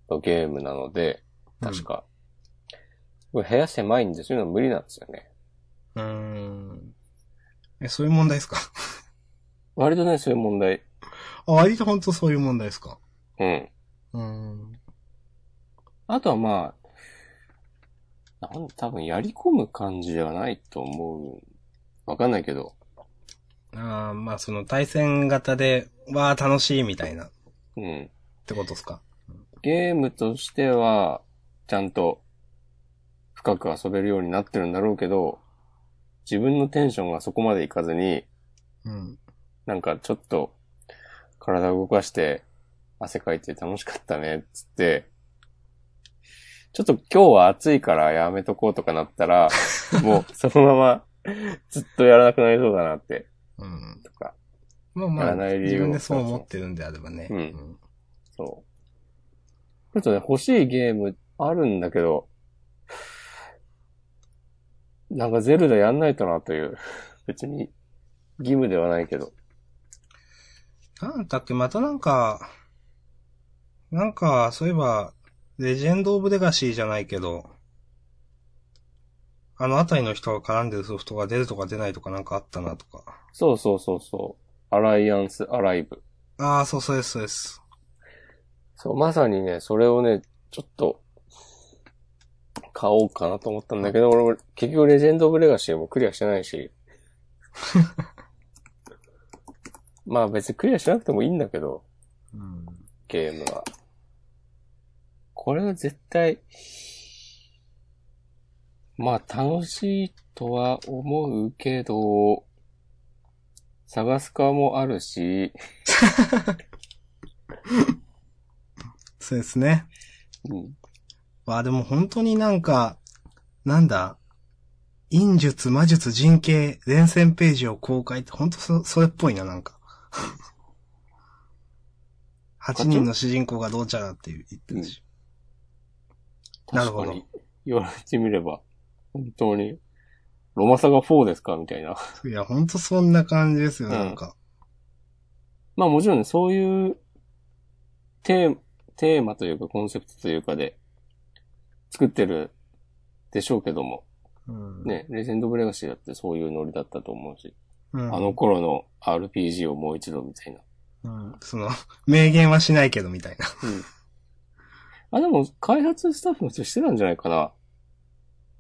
のゲームなので、うん確か。これ部屋狭いんで、そういうの無理なんですよね。うーん。え、そういう問題ですか 割とね、そういう問題。あ、割と本当そういう問題ですかうん。うーん。あとはまあ、なん多分やり込む感じではないと思う。わかんないけど。ああ、まあ、その対戦型で、わあ、楽しいみたいな、っうん。てことですかゲームとしては、ちゃんと深く遊べるようになってるんだろうけど、自分のテンションがそこまでいかずに、うん。なんかちょっと体を動かして汗かいて楽しかったねっつって、ちょっと今日は暑いからやめとこうとかなったら、もうそのままずっとやらなくなりそうだなって、うん。とか、まあまやあ、らない理由自分をでそう思ってるんであればね。うんそう。ちょっとね、欲しいゲームあるんだけど、なんかゼルダやんないとなという、別に義務ではないけど。なんだっけ、またなんか、なんか、そういえば、レジェンド・オブ・レガシーじゃないけど、あのあたりの人が絡んでるソフトが出るとか出ないとかなんかあったなとか。そうそうそうそう。アライアンスアライブ。ああ、そうそうです、そうです。そう、まさにね、それをね、ちょっと、買おうかなと思ったんだけど、俺も結局レジェンド・オブ・レガシーもクリアしてないし。まあ別にクリアしなくてもいいんだけど。うん。ゲームは。これは絶対、まあ楽しいとは思うけど、探す側もあるし、そうですね。うん、まあでも本当になんか、なんだ、陰術、魔術、人形、連戦ページを公開って、本当そ、それっぽいな、なん か。8人の主人公がどうちゃらって言ってるし。なる確ほかどに言われてみれば、本当に、ロマサガ4ですかみたいな。 いや、ほんとそんな感じですよ、うんなんか。まあもちろんね、そういうテー、テーマというかコンセプトというかで作ってるでしょうけども、うん。ね、レジェンドオブレガシーだってそういうノリだったと思うし、うん。あの頃の RPG をもう一度みたいな。うん。その、 明言はしないけどみたいな。うん。あ、でも、開発スタッフの人してたんじゃないか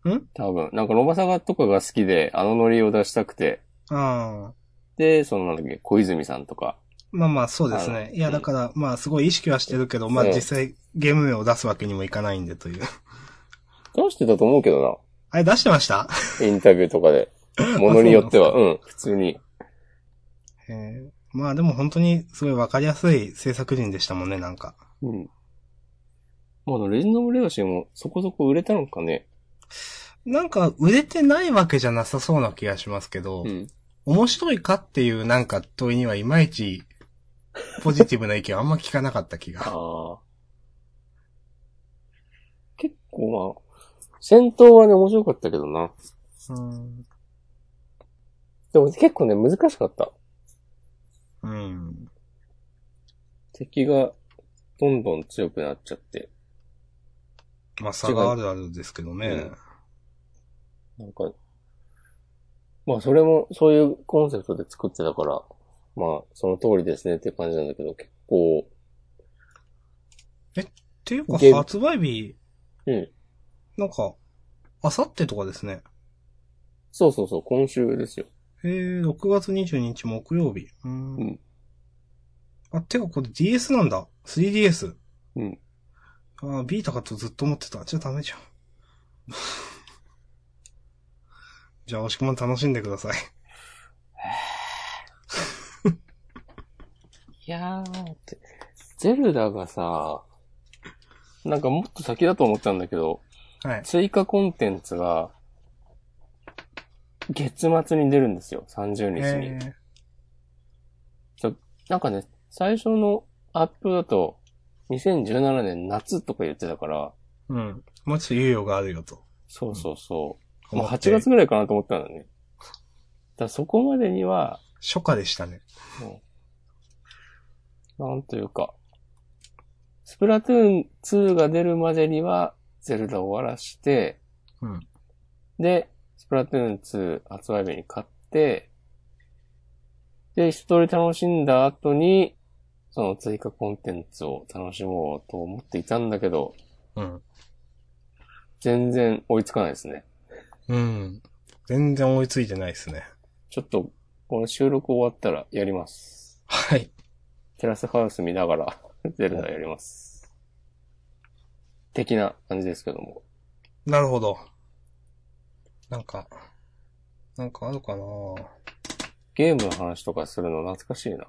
な。ん多分。なんか、ロバサガとかが好きで、あのノリを出したくて、ああ。で、その、なんだっけ、小泉さんとか、まあまあ、そうですね。いや、だから、まあ、すごい意識はしてるけど、まあ、うん実際、ゲーム名を出すわけにもいかないんでという。 出してたと思うけどあれ、出してましたな。インタビューとか で。ものによっては、うん、普通に。えーまあ、でも本当に、すごいわかりやすい制作人でしたもんね、なんか。うん。まだ、レジェンド・オブ・レガシーもそこそこ売れたのかね。なんか、売れてないわけじゃなさそうな気がしますけど、うん。面白いかっていうなんか問いにはいまいち、ポジティブな意見はあんま聞かなかった気 が。ああ。 結構まあ、戦闘はね、面白かったけどな。うん。でも結構ね、難しかった。うん。敵がどんどん強くなっちゃって、まあ、差があるあるですけどね。なんか、まあそれもそういうコンセプトで作ってたから、まあその通りですねっていう感じなんだけど、結構、っていうか、ゲーム発売日、うん。なんか、あさってとかですね。そうそうそう、今週ですよ。えー、6月22日木曜日。うん。うんあ、てかこれ DS なんだ。3DS。うん。あー、ビータかとずっと思ってた。じゃあダメじゃん。 じゃあ、押し込まん楽しんでください。いやーって、ゼルダがさ、なんかもっと先だと思ったんだけど、はい。追加コンテンツが、月末に出るんですよ、30日に。えなんかね、最初のアップだと、2017年夏とか言ってたから、ーうん。もうちょっと猶予があるよと。そうそうそう。思もうって8月ぐらいかなと思ったんだね。だからそこまでには、初夏でしたね。なんというか、スプラトゥーン2が出るまでには、ゼルダを終わらして、うん。で、スプラトゥーン2発売日に買って、で、一通り楽しんだ後に、その追加コンテンツを楽しもうと思っていたんだけど、うん。全然追いつかないですね。うん。全然追いついてないですね。ちょっと、この収録終わったらやります。はい。テラスハウス見ながら、 ゼルダやります。的な感じですけども。なるほど。なんか、なんかあるかなゲームの話とかするの懐かしいな。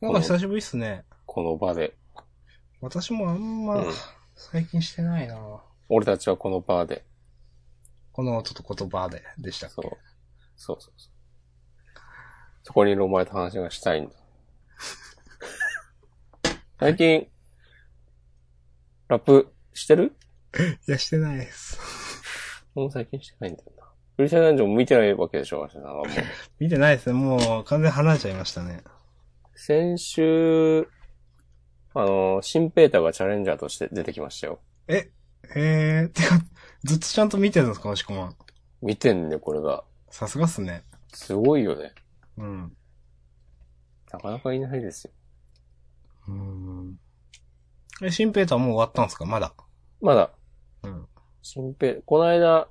なんか久しぶりっすね。この場で。私もあんまうん、最近してないな、俺たちはこの場で。このちょっと言葉で、でしたっそうけ。そうそうそう。そこにいるお前と話がしたいんだ。最近、ラップしてるいや、してないです。もう最近してないんだよな。フリーサイダンジョン見てないわけでしょ、私なんかもう。見てないですね。もう、完全に離れちゃいましたね。先週、あの、シンペーターがチャレンジャーとして出てきましたよ。へえー、てか、ずっとちゃんと見てるんですか、押し込まん。見てんね、これが。さすがっすね。すごいよね。うん。なかなかいないですよ。うん。え、シンペーターもう終わったんですかまだ。まだ、うん。シンペこの間、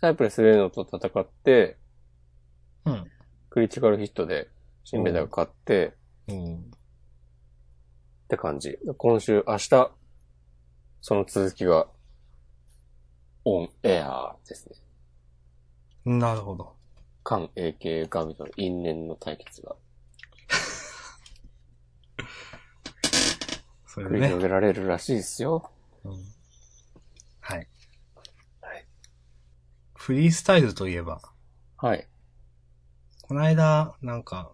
サイプレスレーノと戦って、うん。クリティカルヒットで、シンペーターが勝って、うん。って感じ。今週、明日、その続きが、オンエアですね。なるほど。関 AK ガビとの因縁の対決がそ繰れりで広ね。げられるらしいですよ。うんはい。はい。フリースタイルといえば、はい。この間、なんか、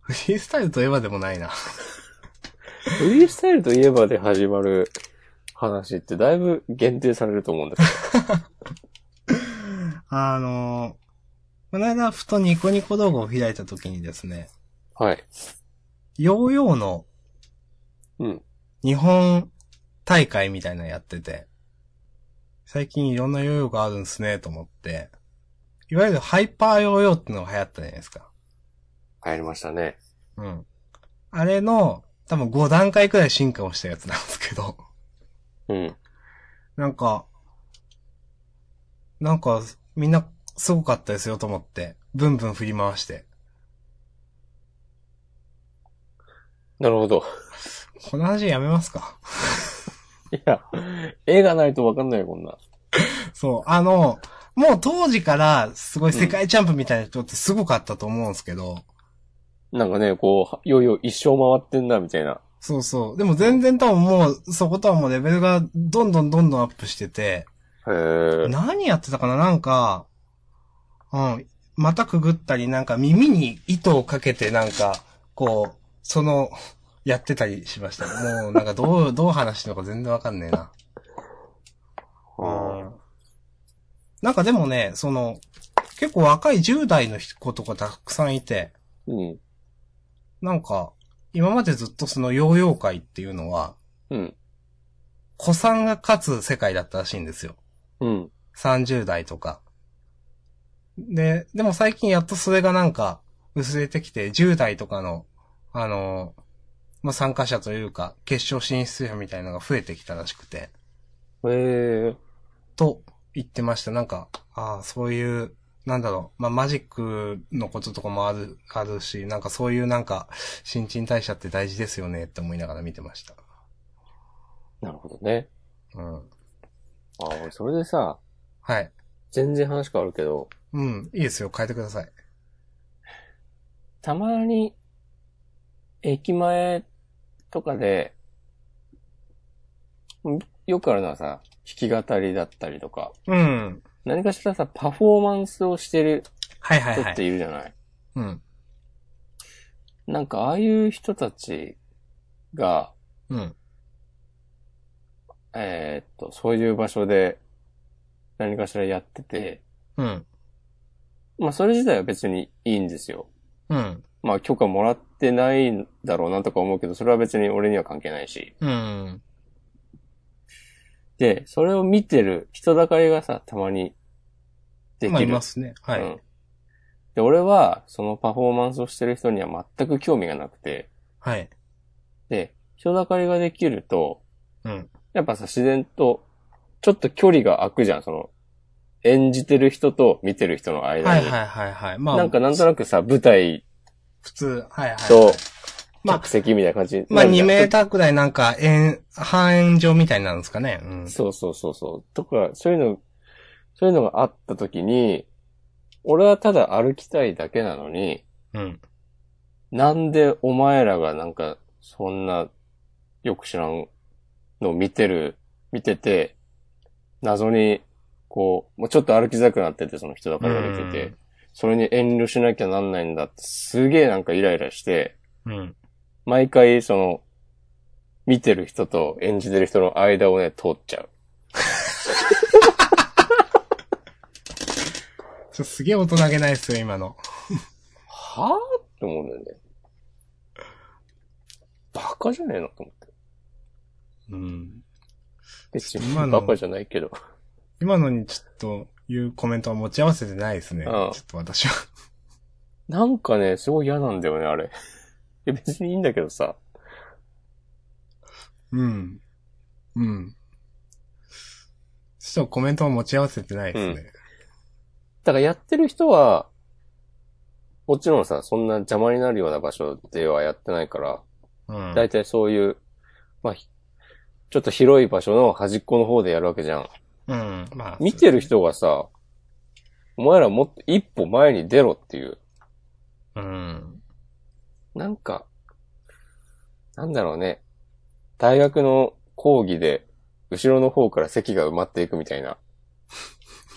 フリースタイルといえばでもないな。 フリースタイルといえばで始まる話ってだいぶ限定されると思うんですあのー、この間、ふとニコニコ動画を開いた時にですね、けど。はい。ヨーヨーのうん。日本大会みたいなのやってて、最近いろんなヨーヨーがあるんですね、と思って、いわゆるハイパーヨーヨーってのが流行ったじゃないですか。入りましたね。うん。あれの、多分5段階くらい進化をしたやつなんですけど、うん。なんか、なんか、みんなすごかったですよと思って、ブンブン振り回して。なるほど。この話やめますかいや、絵がないとわかんないよこんな。そう、あの、もう当時からすごい世界チャンプみたいな人ってすごかったと思うんですけど、なんかね、こう、いよいよ一生回ってんだ、みたいな。そうそう。でも全然多分もう、そことはもうレベルがどんどんどんどんアップしてて、へ え。何やってたかななんか、うん、またくぐったり、なんか耳に糸をかけてなんか、こう、その、やってたりしました。もうなんかどう、 どう話してるのか全然わかんねえな。うんなんかでもね、その、結構若い10代の子とかたくさんいて、うん。なんか、今までずっとそのヨーヨー界っていうのは、うん。子さんが勝つ世界だったらしいんですよ。うん。 30代とか。で、でも最近やっとそれがなんか、薄れてきて、10代とかの、あのーまあ、参加者というか、決勝進出者みたいなのが増えてきたらしくて、へえ。と言ってました。なんか、ああ、そういう、なんだろう、まあ、マジックのこととかもある、あるし、なんかそういうなんか、新陳代謝って大事ですよねって思いながら見てました。なるほどね。うん。ああ、それでさ、はい。全然話変わるけど、うん、いいですよ、変えてください。たまに、駅前とかで、んよくあるのはさ、弾き語りだったりとか、うん。何かしらさ、パフォーマンスをしてるはいはい人はってい。いるじゃない、うん。なんか、ああいう人たちが、うん。えーっと、そういう場所で何かしらやってて、うん。まあ、それ自体は別にいいんですよ。うん。まあ、許可もらってないんだろうなとか思うけど、それは別に俺には関係ないし。うん。で、それを見てる人だかりがさ、たまにできる。まあ、いますね。はい。うん。で、俺は、そのパフォーマンスをしてる人には全く興味がなくて、はい。で、人だかりができると、うん。やっぱさ、自然と、ちょっと距離が空くじゃん、その、演じてる人と見てる人の間に。はいはいはいはい。まあ、なんかなんとなくさ、舞台普通、はいはい。とまあ客席みたいな感じにまなあ、るじ2ゃん。メーターくらいなんか、円、半円状みたいになるんですかね。うん。そうそうそうそう。とか、そういうの、そういうのがあった時に、俺はただ歩きたいだけなのに、うん。なんでお前らがなんか、そんな、よく知らんのを見てる、見てて、謎に、こう、もうちょっと歩きづらくなってて、その人だかりが出てうてん、それに遠慮しなきゃなんないんだって、すげえなんかイライラして、うん。毎回その、見てる人と演じてる人の間をね、通っちゃう。ちょすげえ大人げないですよ、今の。はぁって思うんだよね。バカじゃねえのと思って。うん。別今にのバカじゃないけど。今のにちょっと、いうコメントは持ち合わせてないですね。ちあょあっと私は。なんかね、すごい嫌なんだよね、あれ。いや、別にいいんだけどさ。うん。うん。ちょっとコメントは持ち合わせてないですね。だからやってる人は、もちろんさ、そんな邪魔になるような場所ではやってないから、うん。だいたいそういう、まあ、ひちょっと広い場所の端っこの方でやるわけじゃん。うん。まあ。見てる人がさ、お前らもっと一歩前に出ろっていう。うん。なんか、なんだろうね。大学の講義で、後ろの方から席が埋まっていくみたいな。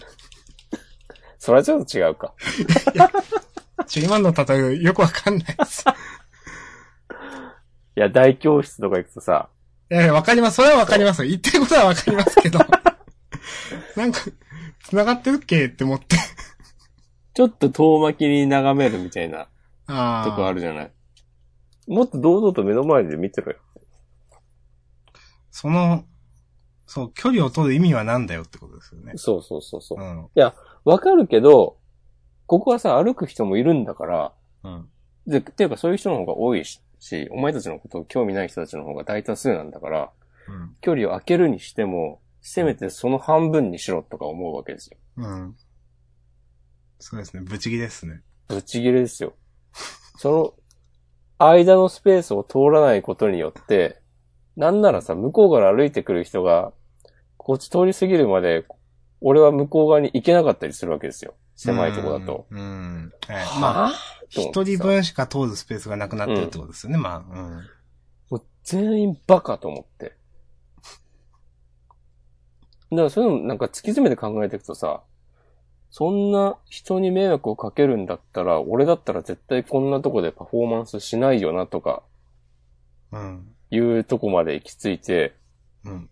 それはちょっと違うか。ちょ、今の例えよくわかんないです。いや、大教室とか行くとさ、いやいや、わかります。それはわかりますよ。言ってることはわかりますけど。 なんか、繋がってるっけって思って。ちょっと遠巻きに眺めるみたいなああ。とこあるじゃない。もっと堂々と目の前で見てろよ。その、そう、距離を取る意味はなんだよってことですよね。そうそうそうそうう。ん。わかるけど、ここはさ、歩く人もいるんだから、うん。で、ていうかそういう人の方が多いし、お前たちのことを興味ない人たちの方が大多数なんだから、距離を空けるにしても、せめてその半分にしろとか思うわけですよ。うん。うん。そうですね。ブチギですね。ぶち切れですよ。その、間のスペースを通らないことによって、なんならさ、向こうから歩いてくる人が、こっち通り過ぎるまで、俺は向こう側に行けなかったりするわけですよ。狭いとこだと。うん。うん。はい。まあ、あ、と思一って人さ分しか通るスペースがなくなってるってことですよね。まあ、うん。もう全員バカと思って。だからそういうのなんか突き詰めて考えていくとさ、そんな人に迷惑をかけるんだったら、俺だったら絶対こんなとこでパフォーマンスしないよなとかうん。いうとこまで行き着いて、うん。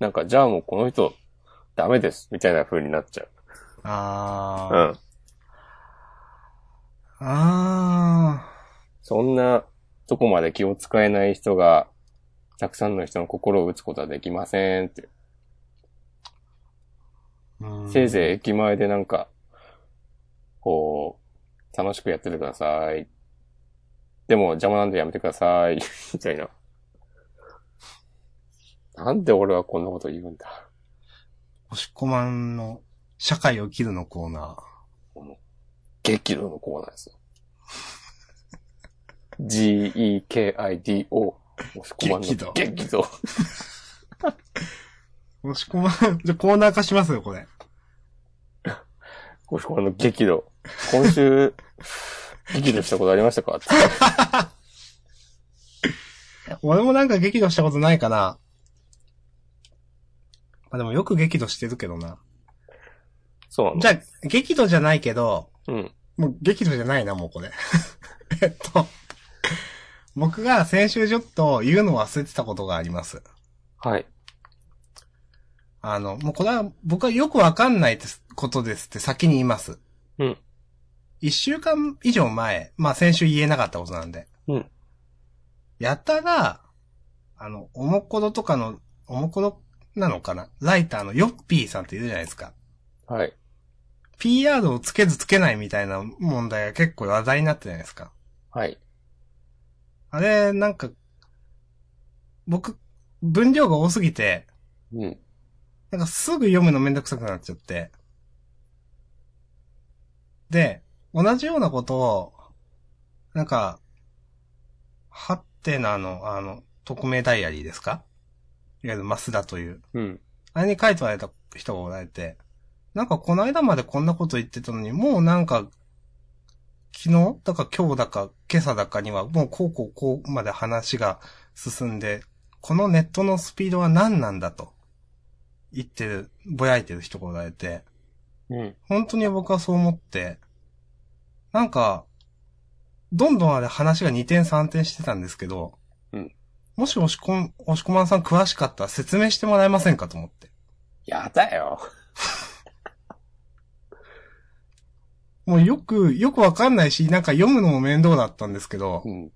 なんかじゃあもうこの人ダメですみたいな風になっちゃう。あうー。ん。あそんなとこまで気を使えない人が、たくさんの人の心を打つことはできませんって。ー。うんせいぜい駅前でなんか、こう、楽しくやっててください。でも邪魔なんでやめてください。 みたいな。なんで俺はこんなこと言うんだ。押し込まんの社会を切るのコーナ激怒のコーナーですよ。G-E-K-I-D-O。押し込まんの激怒激怒。ー。押し込ま ん、じゃあコーナー化しますよ、これ。押し込まんの激怒。今週、激怒したことありましたか俺もなんか激怒したことないかな。まあでもよく激怒してるけどな。そうなのじゃあ、激怒じゃないけど、うん。もう激怒じゃないな、もうこれ。 えっと、僕が先週ちょっと言うのを忘れてたことがあります。はい。あの、もうこれは僕はよくわかんないですことですって先に言います。うん。一週間以上前、まあ先週言えなかったことなんで。うん。やたら、あの、おもころとかの、おもころなのかなライターのヨッピーさんっているじゃないですか。はい。 PR をつけずつけないみたいな問題が結構話題になってるじゃないですか。はい。あれ、なんか、僕、分量が多すぎて、うん。なんかすぐ読むのめんどくさくなっちゃって。で、同じようなことを、なんか、ハテナの、あの、匿名ダイアリーですかいわゆるマスダという。うん。あれに書いておられた人がおられて、なんかこの間までこんなこと言ってたのに、もうなんか、昨日だか今日だか今朝だかには、もうこうこうこうまで話が進んで、このネットのスピードは何なんだと、言ってる、ぼやいてる人がおられて、うん。本当に僕はそう思って、なんか、どんどんあれ話が二転三転してたんですけど、うんもし押し込ん、押し込まんさん詳しかったら説明してもらえませんかと思って。やだよ。もうよく、よくわかんないし、なんか読むのも面倒だったんですけど、うん。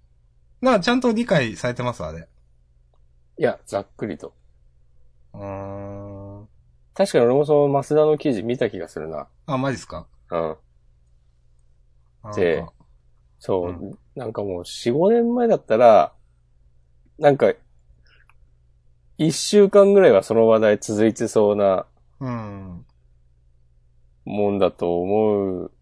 なんかちゃんと理解されてますあれ。いや、ざっくりと。うーん。確かに俺もそのマスダの記事見た気がするな。あ、マジっすかうん。なんでかそう、うんなんかもう4、5年前だったら、なんか、1週間ぐらいはその話題続いてそうなうん。もんだと思う。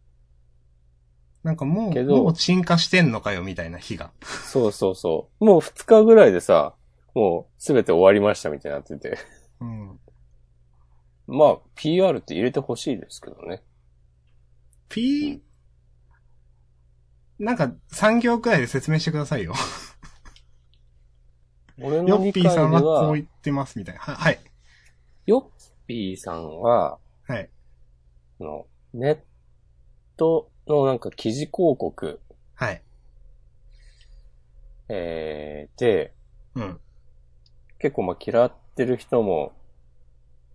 なんかもけう、どもう沈下してんのかよ、みたいな日が。そうそうそう。もう2日ぐらいでさ、もうすべて終わりましたみたいになってて。うん。まあ、PR って入れてほしいですけどね。 P、なんか3行くらいで説明してくださいよ。俺ヨのッ理ピ解でーさんはこうは言、ってます、みたいな。は、はい。ヨッピーさんは、はい。その、ネットのなんか記事広告、はい。えー、で、うん。結構まあ嫌ってる人も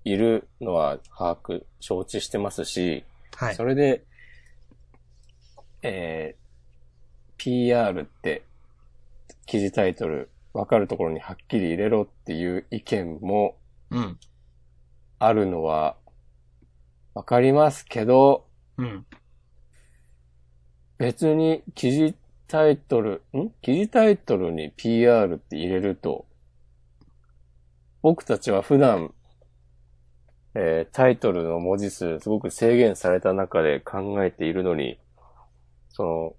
いるのは把握、承知してますし、はいそ。れで、えー、PR って記事タイトル、わかるところにはっきり入れろっていう意見もうん。あるのは、わかりますけど、うん。別に記事タイトル、ん記事タイトルに PR って入れると、僕たちは普段、えータイトルの文字数すごく制限された中で考えているのに、その、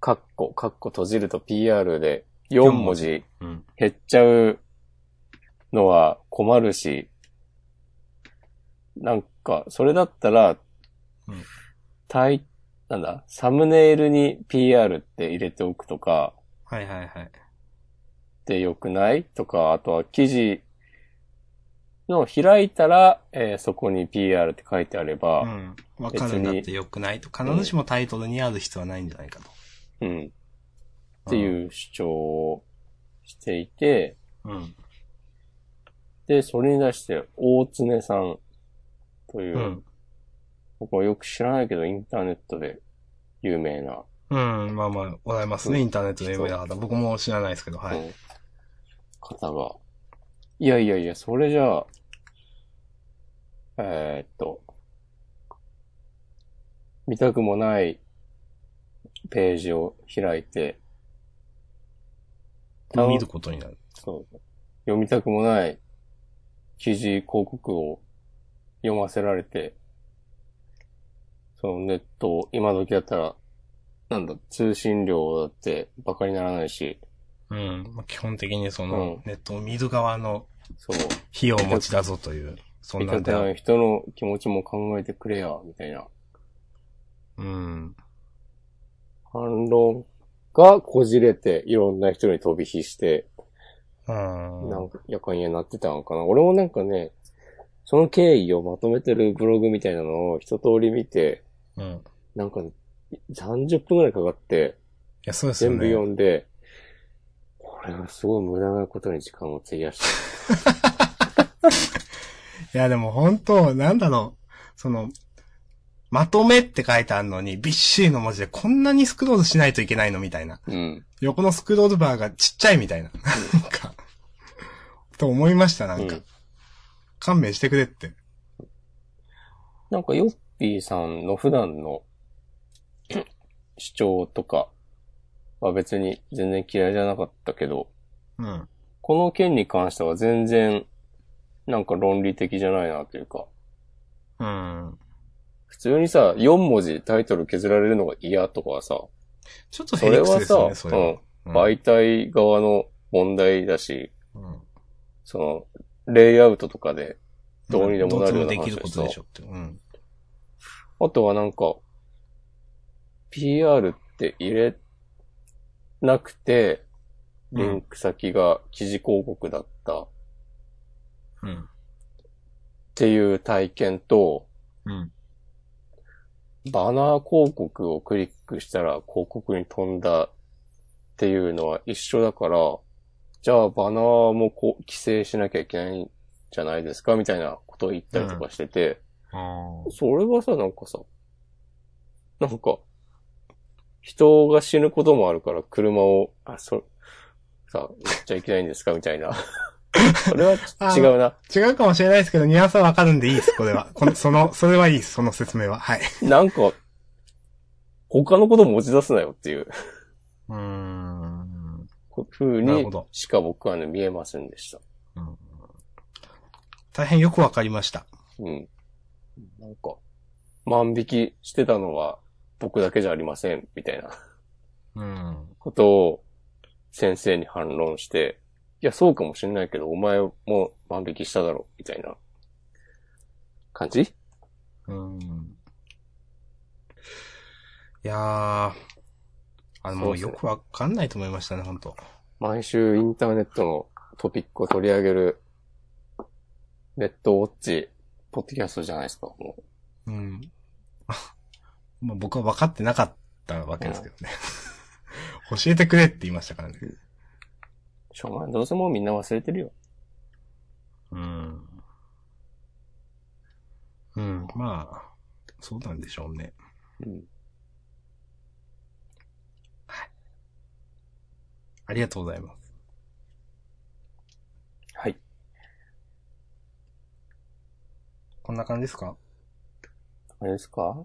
カッコ、カッコ閉じると PR で4文字うん。減っちゃうのは困るし、なんか、それだったらうん、タイ、なんだ、サムネイルに PR って入れておくとか、はいはいはい。でよくないとか、あとは記事の開いたら、えーそこに PR って書いてあれば、うん。わかるんだってよくないと。必ずしもタイトルにある必要はないんじゃないかと。うん、っていう主張をしていて、うん。で、それに対して、大常さんというう、ん。僕はよく知らないけど、インターネットで有名な、うん。まあまあ、ございますね。うんインターネットの有名な方。僕も知らないですけど、はうい。ん方が、いやいやいや、それじゃあ、えーっと、見たくもないページを開いて、うん見ることになる。そう読みたくもない記事広告を読ませられて、そのネット、今時だったら、なんだ、通信料だってバカにならないし、うん。まあ基本的にそうんの、ネットを見る側のそう、費用持ちだぞという、そん見なたんくだない人の気持ちも考えてくれや、みたいなうん。反論がこじれて、いろんな人に飛び火して、うん。なんか、やかんやなってたのかな。俺もなんかね、その経緯をまとめてるブログみたいなのを一通り見て、うん。いなんか、30分くらいかかって、や、そうですよ全ね。部読んで、これはすごい無駄なことに時間を費やした。いや、でも本当、なんだろう。その、まとめって書いてあるのに、びっしりの文字でこんなにスクロールしないといけないのみたいな。うん。横のスクロールバーがちっちゃいみたいな。なんか、と思いました、なんか。うん勘弁してくれって。なんか、ヨッピーさんの普段 の主張とかは別に全然嫌いじゃなかったけど、うん。この件に関しては全然、なんか論理的じゃないなというか、うん。普通にさ、4文字タイトル削られるのが嫌とかはさ、ちょっとヘそリれクスはですよね、、そされは。うん、媒体側の問題だし、うんその、レイアウトとかで、どうにでもなるよどうなうでもできる話をこしとたでしょって。うん。あとはなんか、PR って入れなくて、うリンん。ク先が記事広告だったっうん。ていう体験と、うん。バナー広告をクリックしたら広告に飛んだっていうのは一緒だから、じゃあバナーもこう規制しなきゃいけないんじゃないですかみたいなことを言ったりとかしてて、あーそれはさ、なんかさ、なんか、人が死ぬこともあるから車を、あ、そ、さ、乗っちゃいけないんですか み たいな。それはちあー違うな。違うかもしれないですけど、ニュアンスはわかるんでいいです、これ は。この、その、それはいいです、その説明は。はい。なんか、他のこと持ち出すなよっていううーん。風なるにほどしか僕はね、見えませんでした。うん大変よくわかりました。うん。なんか、万引きしてたのは僕だけじゃありません、みたいなうん。ことを先生に反論して、いや、そうかもしれないけど、お前も万引きしただろ、みたいな感じうん。いやー。あの、もそううですねよくわかんないと思いましたね、本当毎週インターネットのトピックを取り上げる、ネットウォッチ、ポッドキャストじゃないですか、もう。うん。 まあ僕は分かってなかったわけですけどね。 教えてくれって言いましたからね。しょうがない。どうせもうみんな忘れてるよ。うん。うん、まあ、そうなんでしょうね。うん。ありがとうございます。はい。んな感じですかあれですか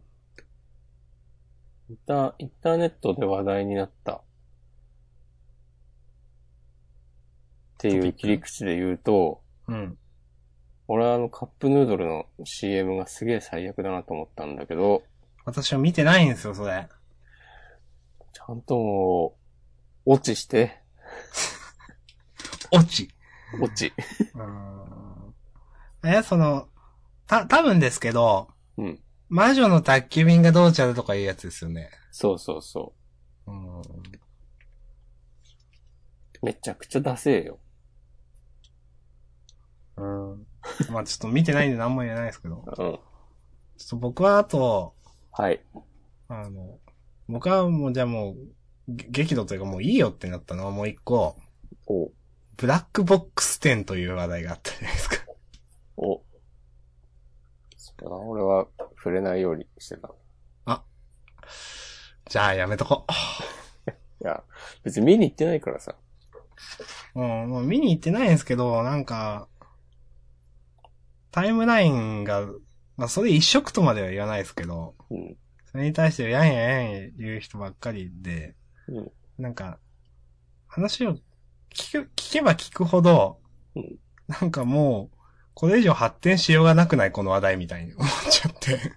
インターインターネットで話題になった。っていトピッうク切り口で言うと、うん。俺はあのカップヌードルの CM がすげえ最悪だなと思ったんだけど、私は見てないんですよ、それ。ちゃんともう、落ちして、オチ。落ち。うーん。え、その、た、多分ですけど、うん。魔女の宅急便がどうちゃうとかいうやつですよね。 そうそうそうん。う。めちゃくちゃダセえよ。うん。まあちょっと見てないんで何も言えないですけど。うん。ちょっと僕はあと、はい。あの、僕はもうじゃあもう、げ激怒というかもういいよってなったのはもう一個、お、ブラックボックス展という話題があったじゃないですか。 お。それは俺は触れないようにしてた。じゃあやめとこいや、別に見に行ってないからさ。う。うん、もう見に行ってないんですけど、なんか、タイムラインが、まあそれ一色とまでは言わないですけど、うん。それに対してやんやんやん言う人ばっかりで、うんなんか、話を聞く、聞けば聞くほど、うんなんかもう、これ以上発展しようがなくないこの話題みたいに思っちゃって。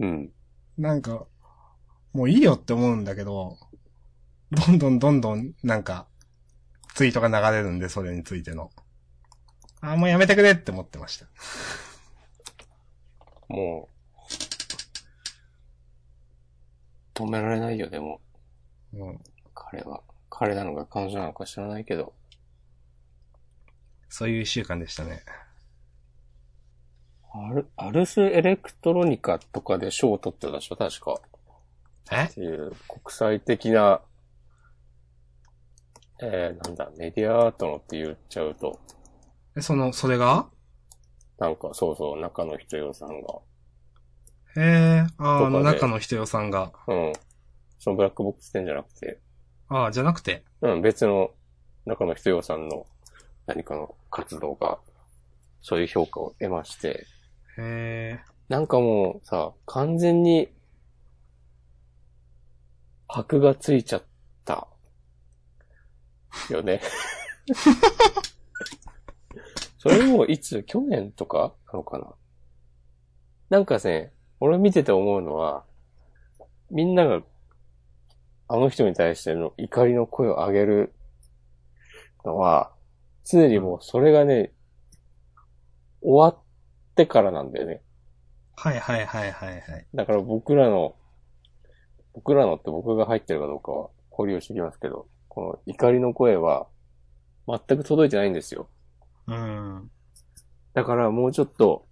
うん。なんか、もういいよって思うんだけど、どんどんどんどん、なんか、ツイートが流れるんで、それについての。あー、もうやめてくれって思ってました。もう、止められないよ、でも、うん。彼は。彼なのか彼女なのか知らないけど。そういう一週間でしたね。アル、アルスエレクトロニカとかで賞を取ってたでしょ、確か。えっていう、国際的な、えー、なんだ、メディアアートのって言っちゃうと、えその、それがなんか、そうそう、中野人よさんが、ええあーあとかので中の人よさんが。うん。そのブラックボックス店じゃなくて、ああ、じゃなくて。うん、別の中野人よさんの何かの活動が、そういう評価を得まして、へえ。なんかもうさ、完全に、箔がついちゃった。よね。 それもいつ、去年とかなのかななんかね、俺見てて思うのは、みんなが、あの人に対しての怒りの声を上げるのは、常にもうそれがね、終わってからなんだよね。はいはいはいはいはい。だから僕らの、僕らのって僕が入ってるかどうかは保留してきますけど、この怒りの声は全く届いてないんですよ。うん。だからもうちょっと、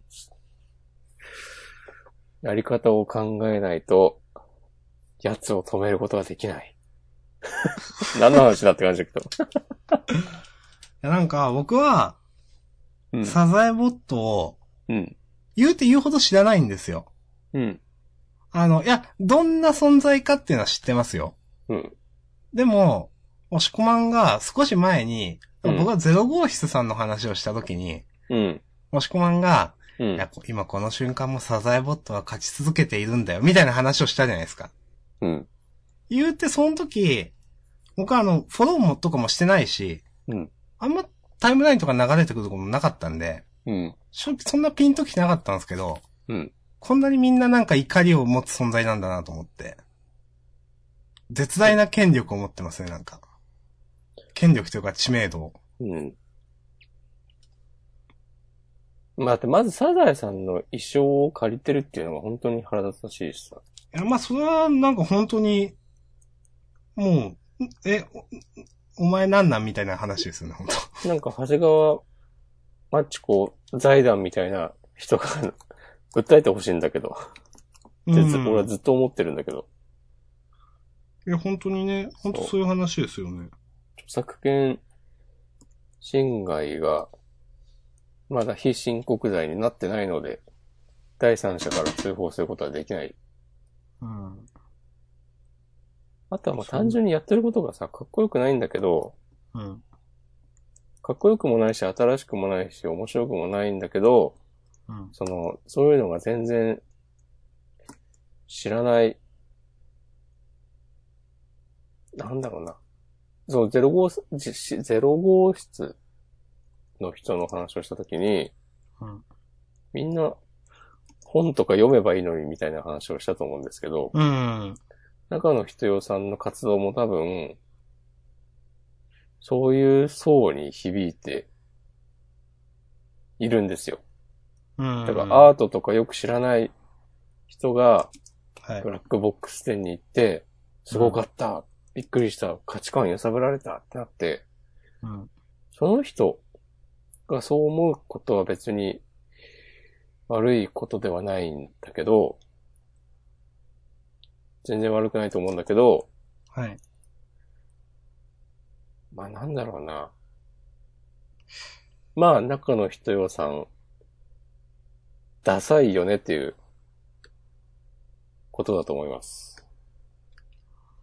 やり方を考えないと、奴を止めることはで きない。何の話だって感じだけど。いやなんか、僕は、うん。サザエボットを、うん。言うて言うほど知らないんですよ。うん。あの、いや、どんな存在かっていうのは知ってますよ。うん。でも、押し込まんが少し前に、うん僕はゼロ号室さんの話をした時に、うん。押し込まんが、ういんや。こ今この瞬間もサザエボットは勝ち続けているんだよ、みたいな話をしたじゃないですか。うん。言うて、その時、僕はあの、フォローもとかもしてないし、うんあんまタイムラインとか流れてくることもなかったんで、うん。正直そんなピンときてなかったんですけど、うんこんなにみんななんか怒りを持つ存在なんだなと思って。絶大な権力を持ってますね、なんか。権力というか知名度を。うん。まあ、ってまずサザエさんの衣装を借りてるっていうのが本当に腹立たしいしさ。いや、まあ、それはなんか本当に、もう、んえ、おお前なんなんみたいな話ですよね、本 当なんか長谷川マチコ財団みたいな人が 訴えてほしいんだけど、ってずうん俺はずっと思ってるんだけど、いや、本当にね、本当そういう話ですよね。著作権侵害がまだ非申告罪になってないので、第三者から通報することはできない。うん。あとはまあ単純にやってることがさ、かっこよくないんだけど、うん。かっこよくもないし、新しくもないし、面白くもないんだけど、うん。その、そういうのが全然知らない。なんだろうな。そう、ゼロ号室、じしゼロ号室の人の話をしたときに、うんみんな本とか読めばいいのにみたいな話をしたと思うんですけど、うん。中野人よさんの活動も多分、そういう層に響いているんですよ。うん。だからアートとかよく知らない人がはいブ。ラックボックス店に行って、すごかった、びっくりした、価値観揺さぶられたってなって、うん。その人がそう思うことは別に悪いことではないんだけど、全然悪くないと思うんだけど、はい。まあなんだろうな。まあ中の人よさん、ダサいよねっていうことだと思います。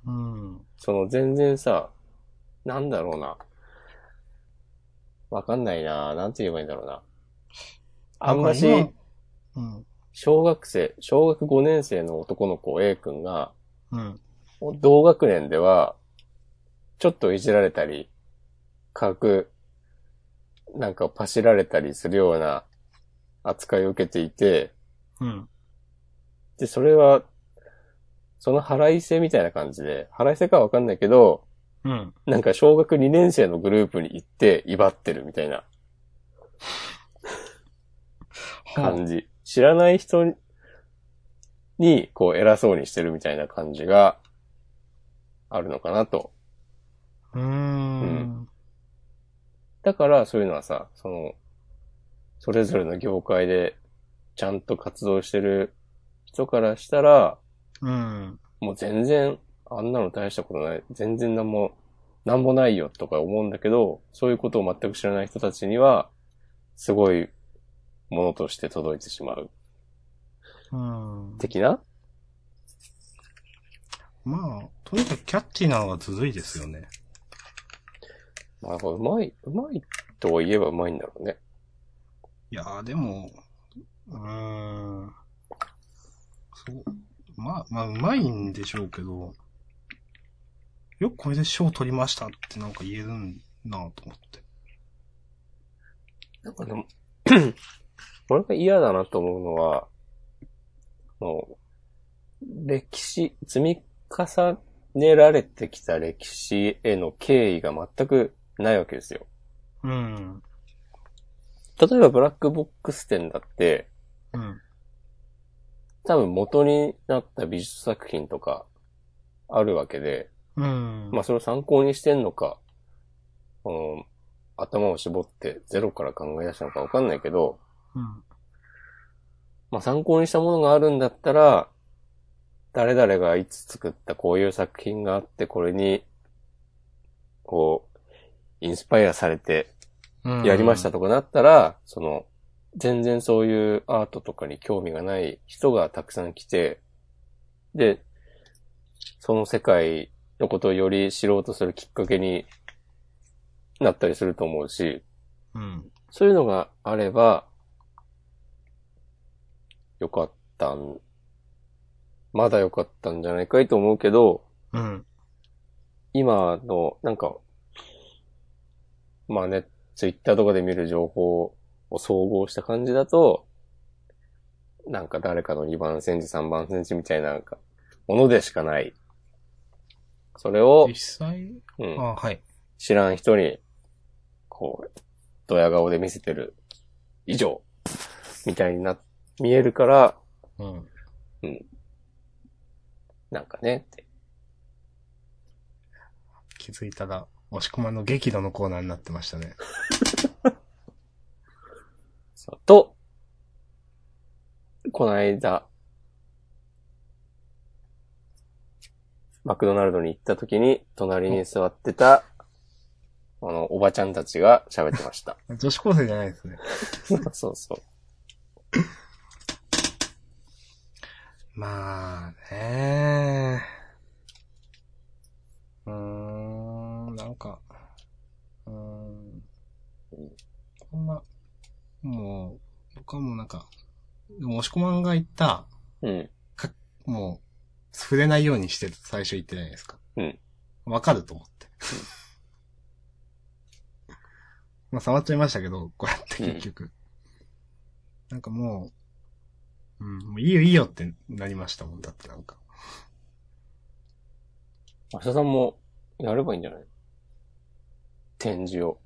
うん。うん。その全然さ、なんだろうな。わかんないな。なんて言えばいいんだろうな。あんまし、うん。小学生、小学5年生の男の子 A 君が、うん。同学年では、ちょっといじられたり、軽く、なんかパシられたりするような扱いを受けていて、うん。で、それは、その腹いせみたいな感じで、腹いせかわかんないけど、うん。なんか小学2年生のグループに行って威張ってるみたいなは感じ。知らない人に、こう偉そうにしてるみたいな感じがあるのかなと。あ。うーん。だからそういうのはさ、その、それぞれの業界でちゃんと活動してる人からしたら、うん。もう全然あんなの大したことない、全然なんも、なんもないよとか思うんだけど、そういうことを全く知らない人たちには、すごいものとして届いてしまう。うん。的なまあ、とにかくキャッチーなのがずるいですよね。まあ、うまい、うまいとは言えばうまいんだろうね。いやー、でも、うーん。そう。まあ、まあ、うまいんでしょうけど、よくこれで賞取りましたってなんか言えるなぁと思って。なんかでも、 俺が嫌だなと思うのは、もう、歴史、積み重ねられてきた歴史への敬意が全くないわけですよ。うん。例えばブラックボックス展だって、うん。多分元になった美術作品とかあるわけで、うん。まあそれを参考にしてんのか、うん、頭を絞ってゼロから考え出したのかわかんないけど、うん。まあ、参考にしたものがあるんだったら、誰々がいつ作ったこういう作品があって、これに、こう、インスパイアされてうん。やりましたとかなったら、その、全然そういうアートとかに興味がない人がたくさん来て、で、その世界のことをより知ろうとするきっかけになったりすると思うし、うん。そういうのがあれば、よかったん、まだよかったんじゃないかいと思うけど、うん。今の、なんか、まあね、ツイッターとかで見る情報を総合した感じだと、なんか誰かの2番センチ、3番センチみたいななんかものでしかない。それを実、際、うんあ、はい。知らん人に、こう、ドヤ顔で見せてる、以上、みたいにな、見えるから、うん。なんかね、って。気づいたら、押し込まんの激怒のコーナーになってましたね。そうと、この間、マクドナルドに行った時に、隣に座ってた、あの、おばちゃんたちが喋ってま した。女子高生じゃないですね。そうそう。まあねうーん、なんか、うーん。こんな、もう、僕はもうなんか、でも、押し込まんが言った、うん。もう、触れないようにしてると最初言ってないですか。うん。わかると思って。 まあ、触っちゃいましたけど、こうやって結局。なんかもう、うん、もういいよいいよってなりましたもん。だってなんか。明日さんもやればいいんじゃない展示を。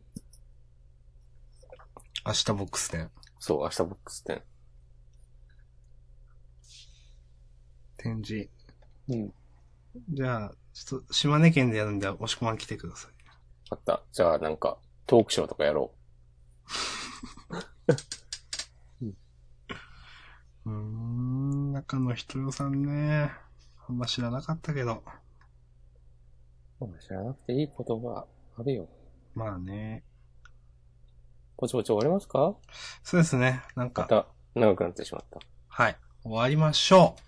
明日ボックスでそう、明日ボックス展。展示。うん。じゃあ、ちょっと、島根県でやるんで、押し込まん来てください。あった。じゃあなんか、トークショーとかやろうーん、中の人よさんね。あんま知らなかったけど。う。知らなくていい言葉あるよ。まあね。ぼちぼち終わりますかそうですね。なんまか、た、長くなってしまった。はい。終わりましょう。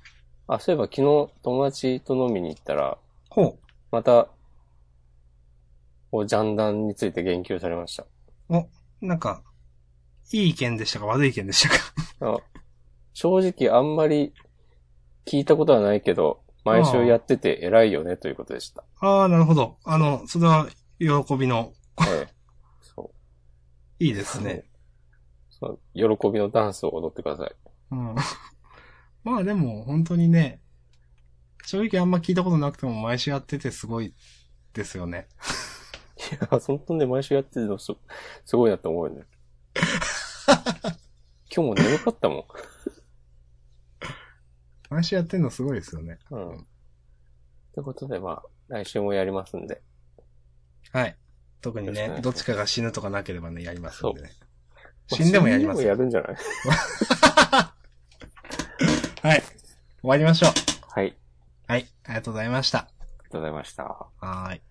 あ、そういえば昨日友達と飲みに行ったら、ほまた、お、ジャンダンについて言及されました。う。なんか、いい意見でしたか悪い意見でしたか あ正直あんまり聞いたことはないけど、毎週やってて偉いよねということで した。ああ、なるほど。あの、それは、喜びの、ええそいいですね。う。そう喜びのダンスを踊ってください。うん。 まあでも、本当にね、正直あんま聞いたことなくても毎週やっててすごいですよね。いや、本当ね、毎週やっててのすすごいなと思うよね。 今日も眠かったも毎週やってんのすごいですよね。ん。うん。ということで、まあ、来週もやりますんで。はい。特によろしくお願いねしま、すどっちかが死ぬとかなければね、やりますんでね。まあ死んでもやります死んでもやるんじゃないはい。終わりましょう。はい。ありはい。ありがとうございました。がとうございました。はーい。